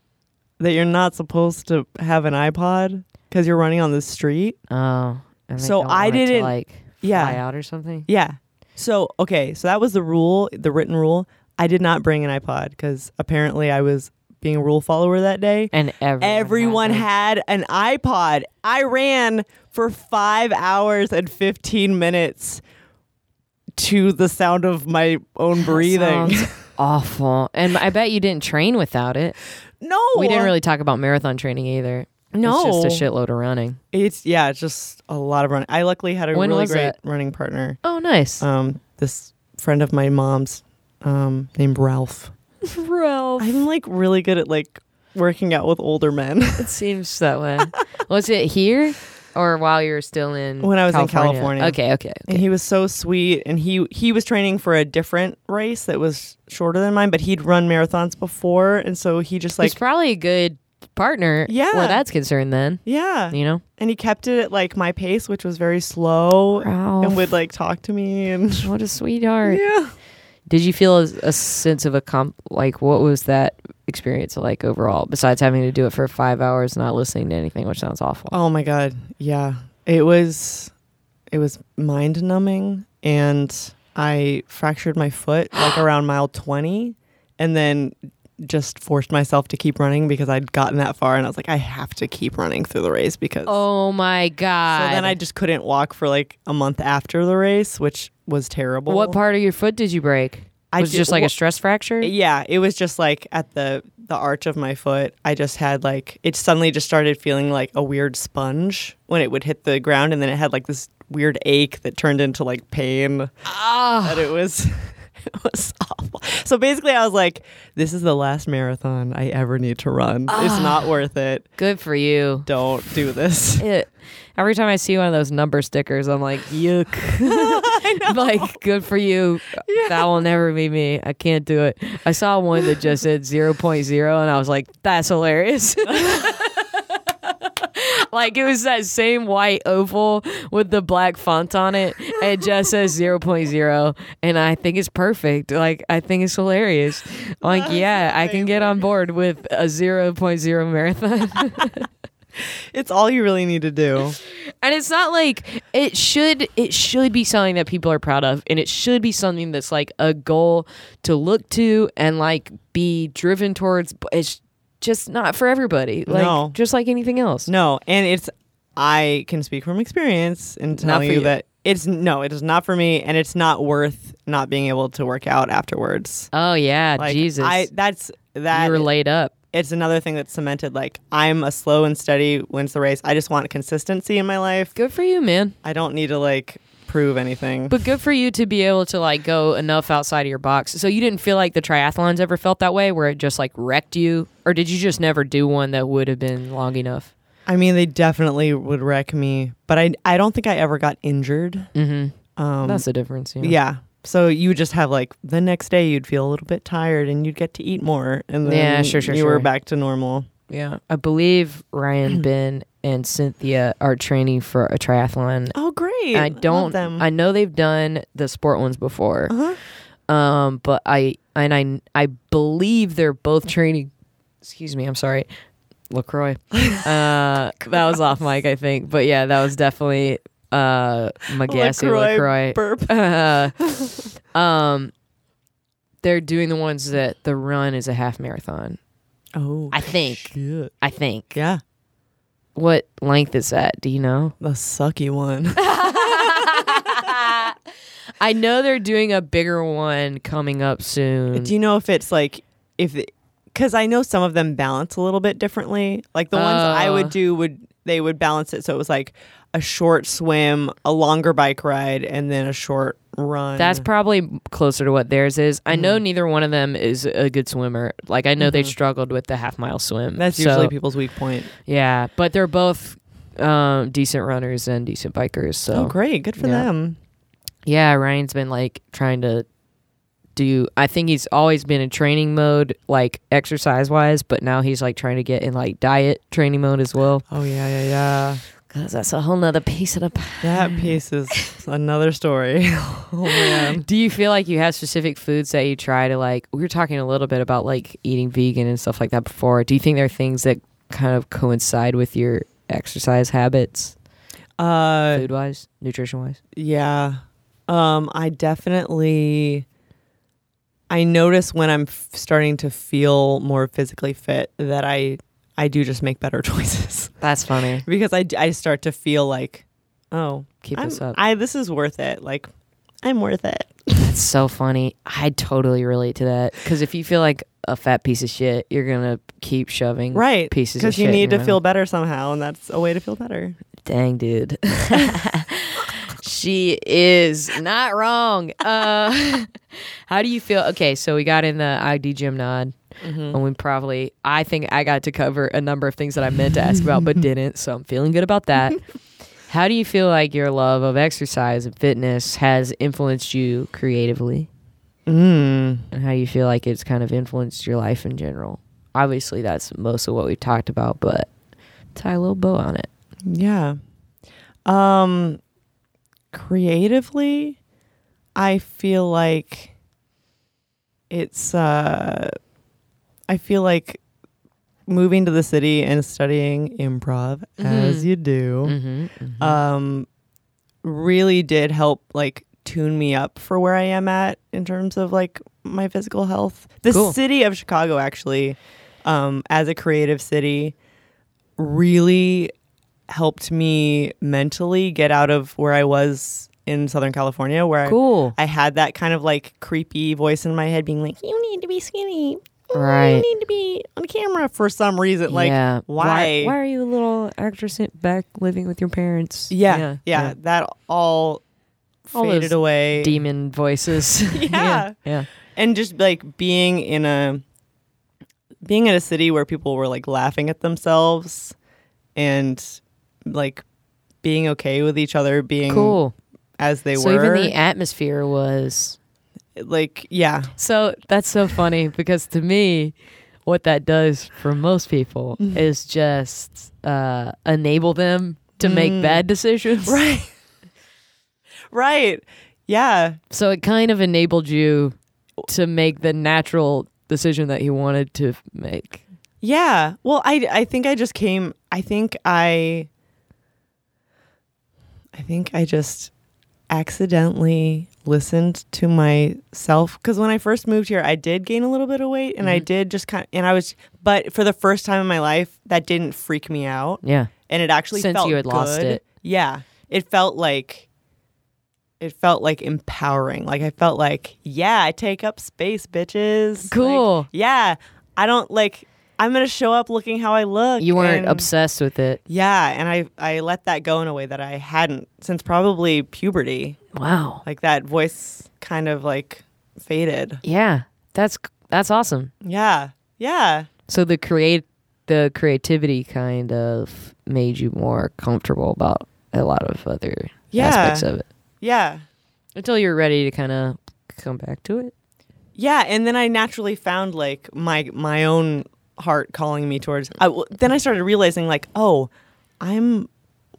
Speaker 6: that you're not supposed to have an iPod because you're running on the street.
Speaker 1: Oh. and they
Speaker 6: So
Speaker 1: don't
Speaker 6: I
Speaker 1: want it to,
Speaker 6: didn't-
Speaker 1: like
Speaker 6: yeah.
Speaker 1: fly out or something.
Speaker 6: Yeah. So okay, so that was the rule, the written rule. I did not bring an iPod because apparently I was being a rule follower that day.
Speaker 1: And everyone,
Speaker 6: Everyone
Speaker 1: had
Speaker 6: had an iPod. I ran for five hours and 15 minutes to the sound of my own
Speaker 1: it.
Speaker 6: breathing.
Speaker 1: Sounds awful. And I bet you didn't train without it.
Speaker 6: No,
Speaker 1: We didn't really talk about marathon training either.
Speaker 6: No.
Speaker 1: It's just a shitload of running.
Speaker 6: It's yeah, it's just a lot of running. I luckily had a
Speaker 1: When
Speaker 6: really
Speaker 1: was
Speaker 6: great
Speaker 1: that?
Speaker 6: running partner.
Speaker 1: Oh, nice.
Speaker 6: Um, this friend of my mom's, um, named Ralph.
Speaker 1: Ralph.
Speaker 6: I'm like really good at like working out with older men.
Speaker 1: It seems that way. was it here or while you were still in
Speaker 6: When I was in California.
Speaker 1: Okay, okay.
Speaker 6: and he was so sweet. And he he was training for a different race that was shorter than mine, but he'd run marathons before, and so he just like
Speaker 1: He's probably a good partner
Speaker 6: Yeah.
Speaker 1: where that's concerned then.
Speaker 6: yeah,
Speaker 1: You know?
Speaker 6: and he kept it at like my pace, which was very slow,
Speaker 1: Ralph.
Speaker 6: and would like talk to me and
Speaker 1: What a sweetheart.
Speaker 6: yeah.
Speaker 1: Did you feel a, a sense of a comp like what was that experience like overall, besides having to do it for five hours not listening to anything, which sounds awful.
Speaker 6: Oh my god. Yeah. It was it was mind numbing and I fractured my foot like around mile 20 and then just forced myself to keep running because I'd gotten that far and I was like I have to keep running through the race because
Speaker 1: Oh my
Speaker 6: so
Speaker 1: god.
Speaker 6: then I just couldn't walk for like a month after the race, which was terrible.
Speaker 1: what part of your foot did you break?
Speaker 6: I
Speaker 1: was it
Speaker 6: did-
Speaker 1: just like
Speaker 6: well-
Speaker 1: a stress fracture?
Speaker 6: Yeah, it was just like at the the arch of my foot. I just had like it suddenly just started feeling like a weird sponge when it would hit the ground, and then it had like this weird ache that turned into like pain. Ah, that it was. It was awful. So basically, I was like, "This is the last marathon I ever need to run.
Speaker 1: Ah.
Speaker 6: It's not worth it.
Speaker 1: Good for you.
Speaker 6: Don't do this."
Speaker 1: it. Every time I see one of those number stickers, I'm like, yuck. like, good for you. That will never be me. I can't do it. I saw one that just said 0.0, and I was like, that's hilarious. like it was that same white oval with the black font on it. It just says 0.0, and I think it's perfect. Like I think it's hilarious. Like yeah, I can get on board with a 0.0 marathon.
Speaker 6: It's all you really need to do.
Speaker 1: and it's not like it should it should be something that people are proud of and it should be something that's like a goal to look to and like be driven towards but it's just not for everybody like
Speaker 6: No.
Speaker 1: just like anything else
Speaker 6: No, and it's I can speak from experience and tell
Speaker 1: Not for
Speaker 6: you,
Speaker 1: you.
Speaker 6: that it's no, it is not for me, and it's not worth not being able to work out afterwards.
Speaker 1: oh yeah
Speaker 6: Like,
Speaker 1: jesus
Speaker 6: I that's that
Speaker 1: you were laid up
Speaker 6: it's another thing that's cemented. Like I'm a slow and steady wins the race. I just want consistency in my life.
Speaker 1: good for you man
Speaker 6: I don't need to like prove anything.
Speaker 1: but good for you to be able to like go enough outside of your box so you didn't feel like the triathlons ever felt that way where it just like wrecked you or did you just never do one that would have been long enough
Speaker 6: I mean, they definitely would wreck me. But I I don't think I ever got injured. Um,
Speaker 1: that's the difference you know?
Speaker 6: Mm. Yeah. So you just have like the next day you'd feel a little bit tired and you'd get to eat more and then
Speaker 1: Yeah, sure, sure,
Speaker 6: you
Speaker 1: sure.
Speaker 6: were back to normal.
Speaker 1: Yeah, I believe Ryan, Ben, and Cynthia are training for a triathlon.
Speaker 6: Oh great.
Speaker 1: I don't.
Speaker 6: them.
Speaker 1: I know they've done the sport ones before, um, but I and I I believe they're both training. Excuse me, I'm sorry, Lacroix. Uh, that was off mic, I think, but yeah, that was definitely uh, Magassy Lacroix.
Speaker 6: burp.
Speaker 1: Um, they're doing the ones that the run is a half marathon.
Speaker 6: oh.
Speaker 1: I think.
Speaker 6: shit.
Speaker 1: I think.
Speaker 6: Yeah.
Speaker 1: What length is that? Do you know?
Speaker 6: The sucky one.
Speaker 1: I know they're doing a bigger one coming up soon.
Speaker 6: Do you know if it's like if cuz I know some of them balance a little bit differently. Like the ones I
Speaker 1: Uh.
Speaker 6: would do would they would balance it so it was like a short swim, a longer bike ride and then a short run.
Speaker 1: That's probably closer to what theirs is. I know neither one of them is a good swimmer. Like I know they struggled with the half mile swim.
Speaker 6: That's
Speaker 1: So,
Speaker 6: usually people's weak point.
Speaker 1: yeah, but they're both um, decent runners and decent bikers. So
Speaker 6: Oh, great. Good for
Speaker 1: yeah.
Speaker 6: them.
Speaker 1: yeah, Ryan's been like trying to do. I think he's always been in training mode, like exercise wise, but now he's like trying to get in like diet training mode as well.
Speaker 6: Oh, yeah, yeah, yeah.
Speaker 1: Because that's a whole nother piece of the pie.
Speaker 6: That piece is another story. Oh,
Speaker 1: Do you feel like you have specific foods that you try to like? We were talking a little bit about like eating vegan and stuff like that before. Do you think there are things that kind of coincide with your exercise habits,
Speaker 6: Uh,
Speaker 1: food wise, nutrition wise?
Speaker 6: yeah. Um, I definitely. I notice when I'm f- starting to feel more physically fit that I I do just make better choices
Speaker 1: That's funny.
Speaker 6: because I, d- I start to feel like oh
Speaker 1: Keep
Speaker 6: I'm-
Speaker 1: this up.
Speaker 6: I this is worth it like I'm worth it
Speaker 1: That's so funny. I totally relate to that because if you feel like a fat piece of shit, you're gonna keep shoving
Speaker 6: right
Speaker 1: pieces of
Speaker 6: because you
Speaker 1: shit in
Speaker 6: need
Speaker 1: your
Speaker 6: to
Speaker 1: mouth.
Speaker 6: feel better somehow and that's a way to feel better
Speaker 1: dang dude she is not wrong uh how do you feel okay so we got in the id gym nod and we probably i think i got to cover a number of things that i meant to ask about but didn't so i'm feeling good about that how do you feel like your love of exercise and fitness has influenced you creatively
Speaker 6: mm.
Speaker 1: and how you feel like it's kind of influenced your life in general obviously that's most of what we talked about but tie a little bow on it
Speaker 6: Yeah. Um creatively, I feel like it's uh I feel like moving to the city and studying improv as you do um really did help like tune me up for where I am at in terms of like my physical health. The
Speaker 1: Cool.
Speaker 6: city of Chicago actually um as a creative city really helped me mentally get out of where I was in Southern California, where I-
Speaker 1: Cool.
Speaker 6: I, had that kind of like creepy voice in my head being like, "You need to be skinny. Mm,
Speaker 1: Right.
Speaker 6: You need to be on camera for some reason. Like, why?
Speaker 1: why? are you a little actress in- back living with your parents?
Speaker 6: Yeah, yeah, That all,
Speaker 1: All those
Speaker 6: faded away.
Speaker 1: Demon voices.
Speaker 6: Yeah.
Speaker 1: yeah.
Speaker 6: and just like being in a being in a city where people were like laughing at themselves and like being okay with each other being
Speaker 1: Cool.
Speaker 6: as they
Speaker 1: So
Speaker 6: were
Speaker 1: even the atmosphere was
Speaker 6: like yeah
Speaker 1: So that's so funny because to me, what that does for most people is just uh, enable them to make bad decisions.
Speaker 6: Right. right. Yeah.
Speaker 1: So it kind of enabled you to make the natural decision that you wanted to make.
Speaker 6: Yeah. Well, I I think I just came I think I I think I just accidentally listened to myself cuz when I first moved here I did gain a little bit of weight and I
Speaker 1: Mm-hmm.
Speaker 6: did just kind and I was but for the first time in my life that didn't freak me out
Speaker 1: Yeah.
Speaker 6: and it actually
Speaker 1: Since
Speaker 6: felt
Speaker 1: you had lost
Speaker 6: good.
Speaker 1: it.
Speaker 6: Yeah, it felt like it felt like empowering. Like I felt like, yeah, I take up space, bitches. Like,
Speaker 1: Cool.
Speaker 6: yeah, I don't like. I'm gonna show up looking how I look.
Speaker 1: You weren't
Speaker 6: and-
Speaker 1: obsessed with it.
Speaker 6: Yeah, and I I let that go in a way that I hadn't since probably puberty.
Speaker 1: Wow.
Speaker 6: Like that voice kind of like faded.
Speaker 1: Yeah. That's that's awesome.
Speaker 6: Yeah, yeah,
Speaker 1: So the create the creativity kind of made you more comfortable about a lot of other
Speaker 6: Yeah.
Speaker 1: aspects of it
Speaker 6: yeah.
Speaker 1: until you're ready to kind of come back to it.
Speaker 6: Yeah, and then I naturally found like my my own heart calling me towards. I w then I started realizing like, oh, I'm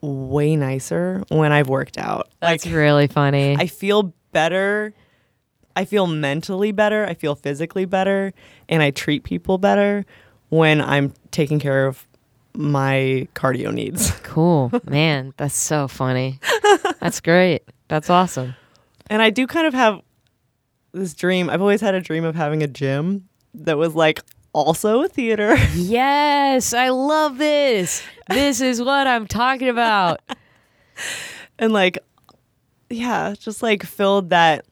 Speaker 6: way nicer when I've worked out.
Speaker 1: That's
Speaker 6: Like
Speaker 1: really funny.
Speaker 6: I feel better. I feel mentally better. I feel physically better, and I treat people better when I'm taking care of my cardio needs.
Speaker 1: cool, man. That's so funny. that's great. That's awesome.
Speaker 6: And I do kind of have this dream. I've always had a dream of having a gym that was like also a theater.
Speaker 1: Yes, I love this. This is what I'm talking about.
Speaker 6: and like yeah just like filled that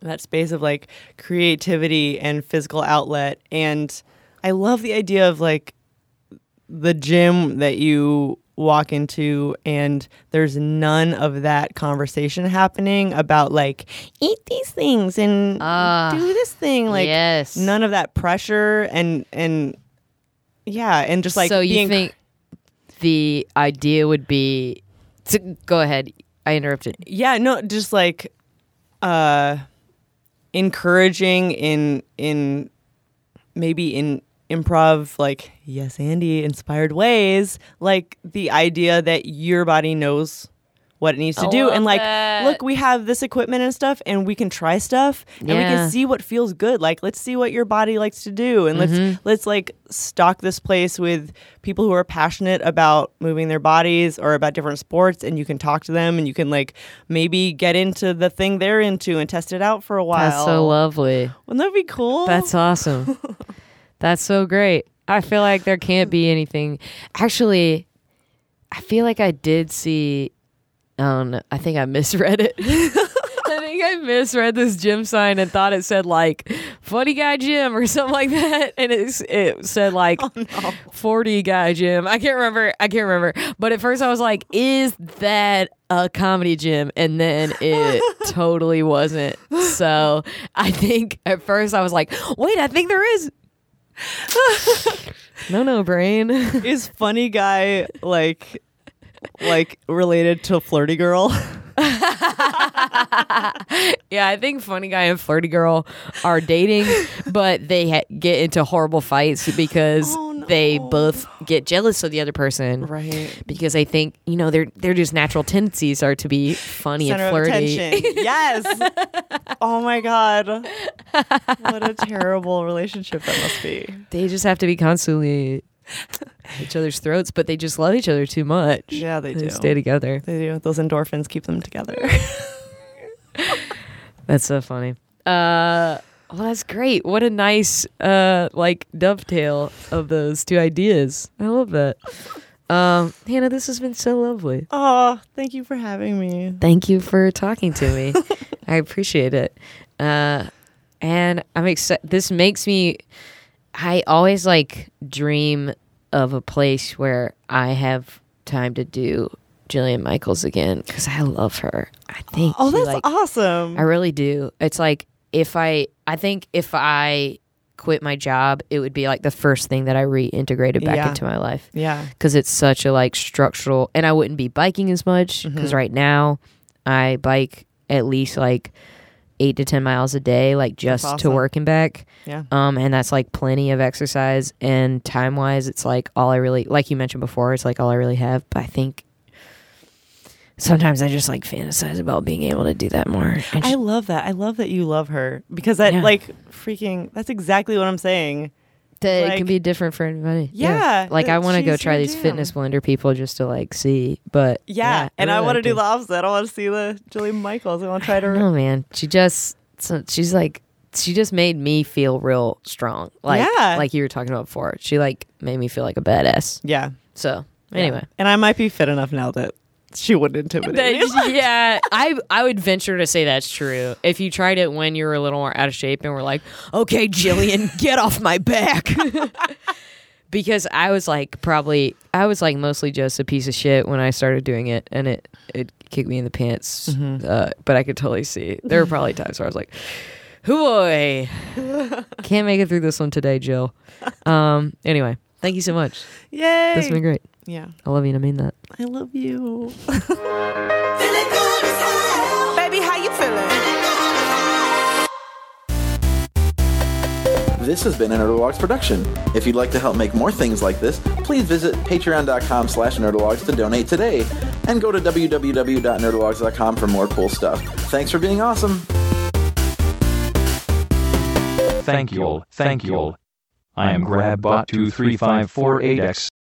Speaker 6: that space of like creativity and physical outlet and i love the idea of like the gym that you walk into and there's none of that conversation happening about like eat these things and
Speaker 1: Ah,
Speaker 6: do this thing like
Speaker 1: yes.
Speaker 6: none of that pressure and and yeah and just like
Speaker 1: so you
Speaker 6: being
Speaker 1: think the idea would be to go ahead. I interrupted.
Speaker 6: yeah no just like uh encouraging in in maybe in improv like yes andy inspired ways like the idea that your body knows what it needs to
Speaker 1: Oh, I
Speaker 6: do
Speaker 1: love
Speaker 6: and like
Speaker 1: that.
Speaker 6: look we have this equipment and stuff and we can try stuff and we
Speaker 1: Yeah.
Speaker 6: can see what feels good like let's see what your body likes to do and
Speaker 1: Mm-hmm.
Speaker 6: let's let's like stock this place with people who are passionate about moving their bodies or about different sports and you can talk to them and you can like maybe get into the thing they're into and test it out for a while
Speaker 1: That's so lovely.
Speaker 6: wouldn't that be cool
Speaker 1: That's awesome. That's so great. I feel like there can't be anything. Actually, I feel like I did see. Um, I think I misread it. I think I misread this gym sign and thought it said like "funny guy gym" or something like that, and it it said like "40 guy gym." I can't remember. I can't remember. But at first, I was like, "Is that a comedy gym?" And then it totally wasn't. So I think at first I was like, "Wait, I think there is." no, no, brain.
Speaker 6: is funny guy like like related to flirty girl
Speaker 1: yeah, I think funny guy and flirty girl are dating, but they ha- get into horrible fights because
Speaker 6: Oh, no.
Speaker 1: they both get jealous of the other person.
Speaker 6: right
Speaker 1: Because they think you know their their just natural tendencies are to be funny
Speaker 6: center
Speaker 1: and
Speaker 6: of
Speaker 1: flirty.
Speaker 6: attention yes oh my god what a terrible relationship that must be
Speaker 1: They just have to be constantly at each other's throats, but they just love each other too much.
Speaker 6: Yeah, they do.
Speaker 1: stay together.
Speaker 6: they do those endorphins keep them together
Speaker 1: That's so funny. Uh, well, that's great. What a nice uh, like dovetail of those two ideas. I love that. Um, Hannah, this has been so lovely.
Speaker 6: oh thank you for having me
Speaker 1: Thank you for talking to me. I appreciate it. Uh, and I'm excited. This makes me. I always like dream of a place where I have time to do Jillian Michaels again because I love her. I think.
Speaker 6: oh
Speaker 1: she,
Speaker 6: that's
Speaker 1: like,
Speaker 6: awesome
Speaker 1: I really do. It's like if I, I think if I quit my job, it would be like the first thing that I reintegrated back
Speaker 6: Yeah.
Speaker 1: into my life
Speaker 6: yeah
Speaker 1: because it's such a like structural, and I wouldn't be biking as much because right now I bike at least like eight to ten miles a day, like just to
Speaker 6: awesome.
Speaker 1: work and back.
Speaker 6: Yeah.
Speaker 1: Um, and that's like plenty of exercise. And time wise, it's like all I really, like you mentioned before, it's like all I really have. But I think sometimes I just like fantasize about being able to do that more. And
Speaker 6: I
Speaker 1: sh-
Speaker 6: love that. I love that you love her because that
Speaker 1: Yeah.
Speaker 6: like freaking that's exactly what I'm saying.
Speaker 1: that it
Speaker 6: like-
Speaker 1: can be different for everybody.
Speaker 6: Yeah,
Speaker 1: Like I
Speaker 6: that
Speaker 1: want to go
Speaker 6: she's
Speaker 1: try
Speaker 6: your
Speaker 1: these
Speaker 6: jam.
Speaker 1: fitness blender people just to like see. But
Speaker 6: Yeah, and I
Speaker 1: really
Speaker 6: want to
Speaker 1: like
Speaker 6: do
Speaker 1: it.
Speaker 6: the opposite. I want to see the Julie Michaels. I want to try to.
Speaker 1: No Oh, man, she just so- she's like she just made me feel real strong. Like
Speaker 6: Yeah.
Speaker 1: like you were talking about before. She like made me feel like a badass.
Speaker 6: Yeah.
Speaker 1: So anyway.
Speaker 6: And I might be fit enough now that she wouldn't intimidate me.
Speaker 1: That- yeah, I I would venture to say that's true. If you tried it when you were a little more out of shape and were like, "Okay, Jillian, get off my back," because I was like probably I was like mostly just a piece of shit when I started doing it, and it it kicked me in the pants. Uh, but I could totally see there were probably times where I was like, "Hoo boy, can't make it through this one today, Jill." Um. Anyway, thank you so much.
Speaker 6: Yay!
Speaker 1: This has been great.
Speaker 6: yeah,
Speaker 1: I love you. and I mean that.
Speaker 6: I love you.
Speaker 5: Feeling good as hell. Baby, how you feeling?
Speaker 8: This has been a Nerdalogs production. If you'd like to help make more things like this, please visit patreon.com slash nerdalogs to donate today. And go to www.nerdalogs.com for more cool stuff. Thanks for being awesome.
Speaker 9: Thank you all, thank you all. I am GrabBot23548X.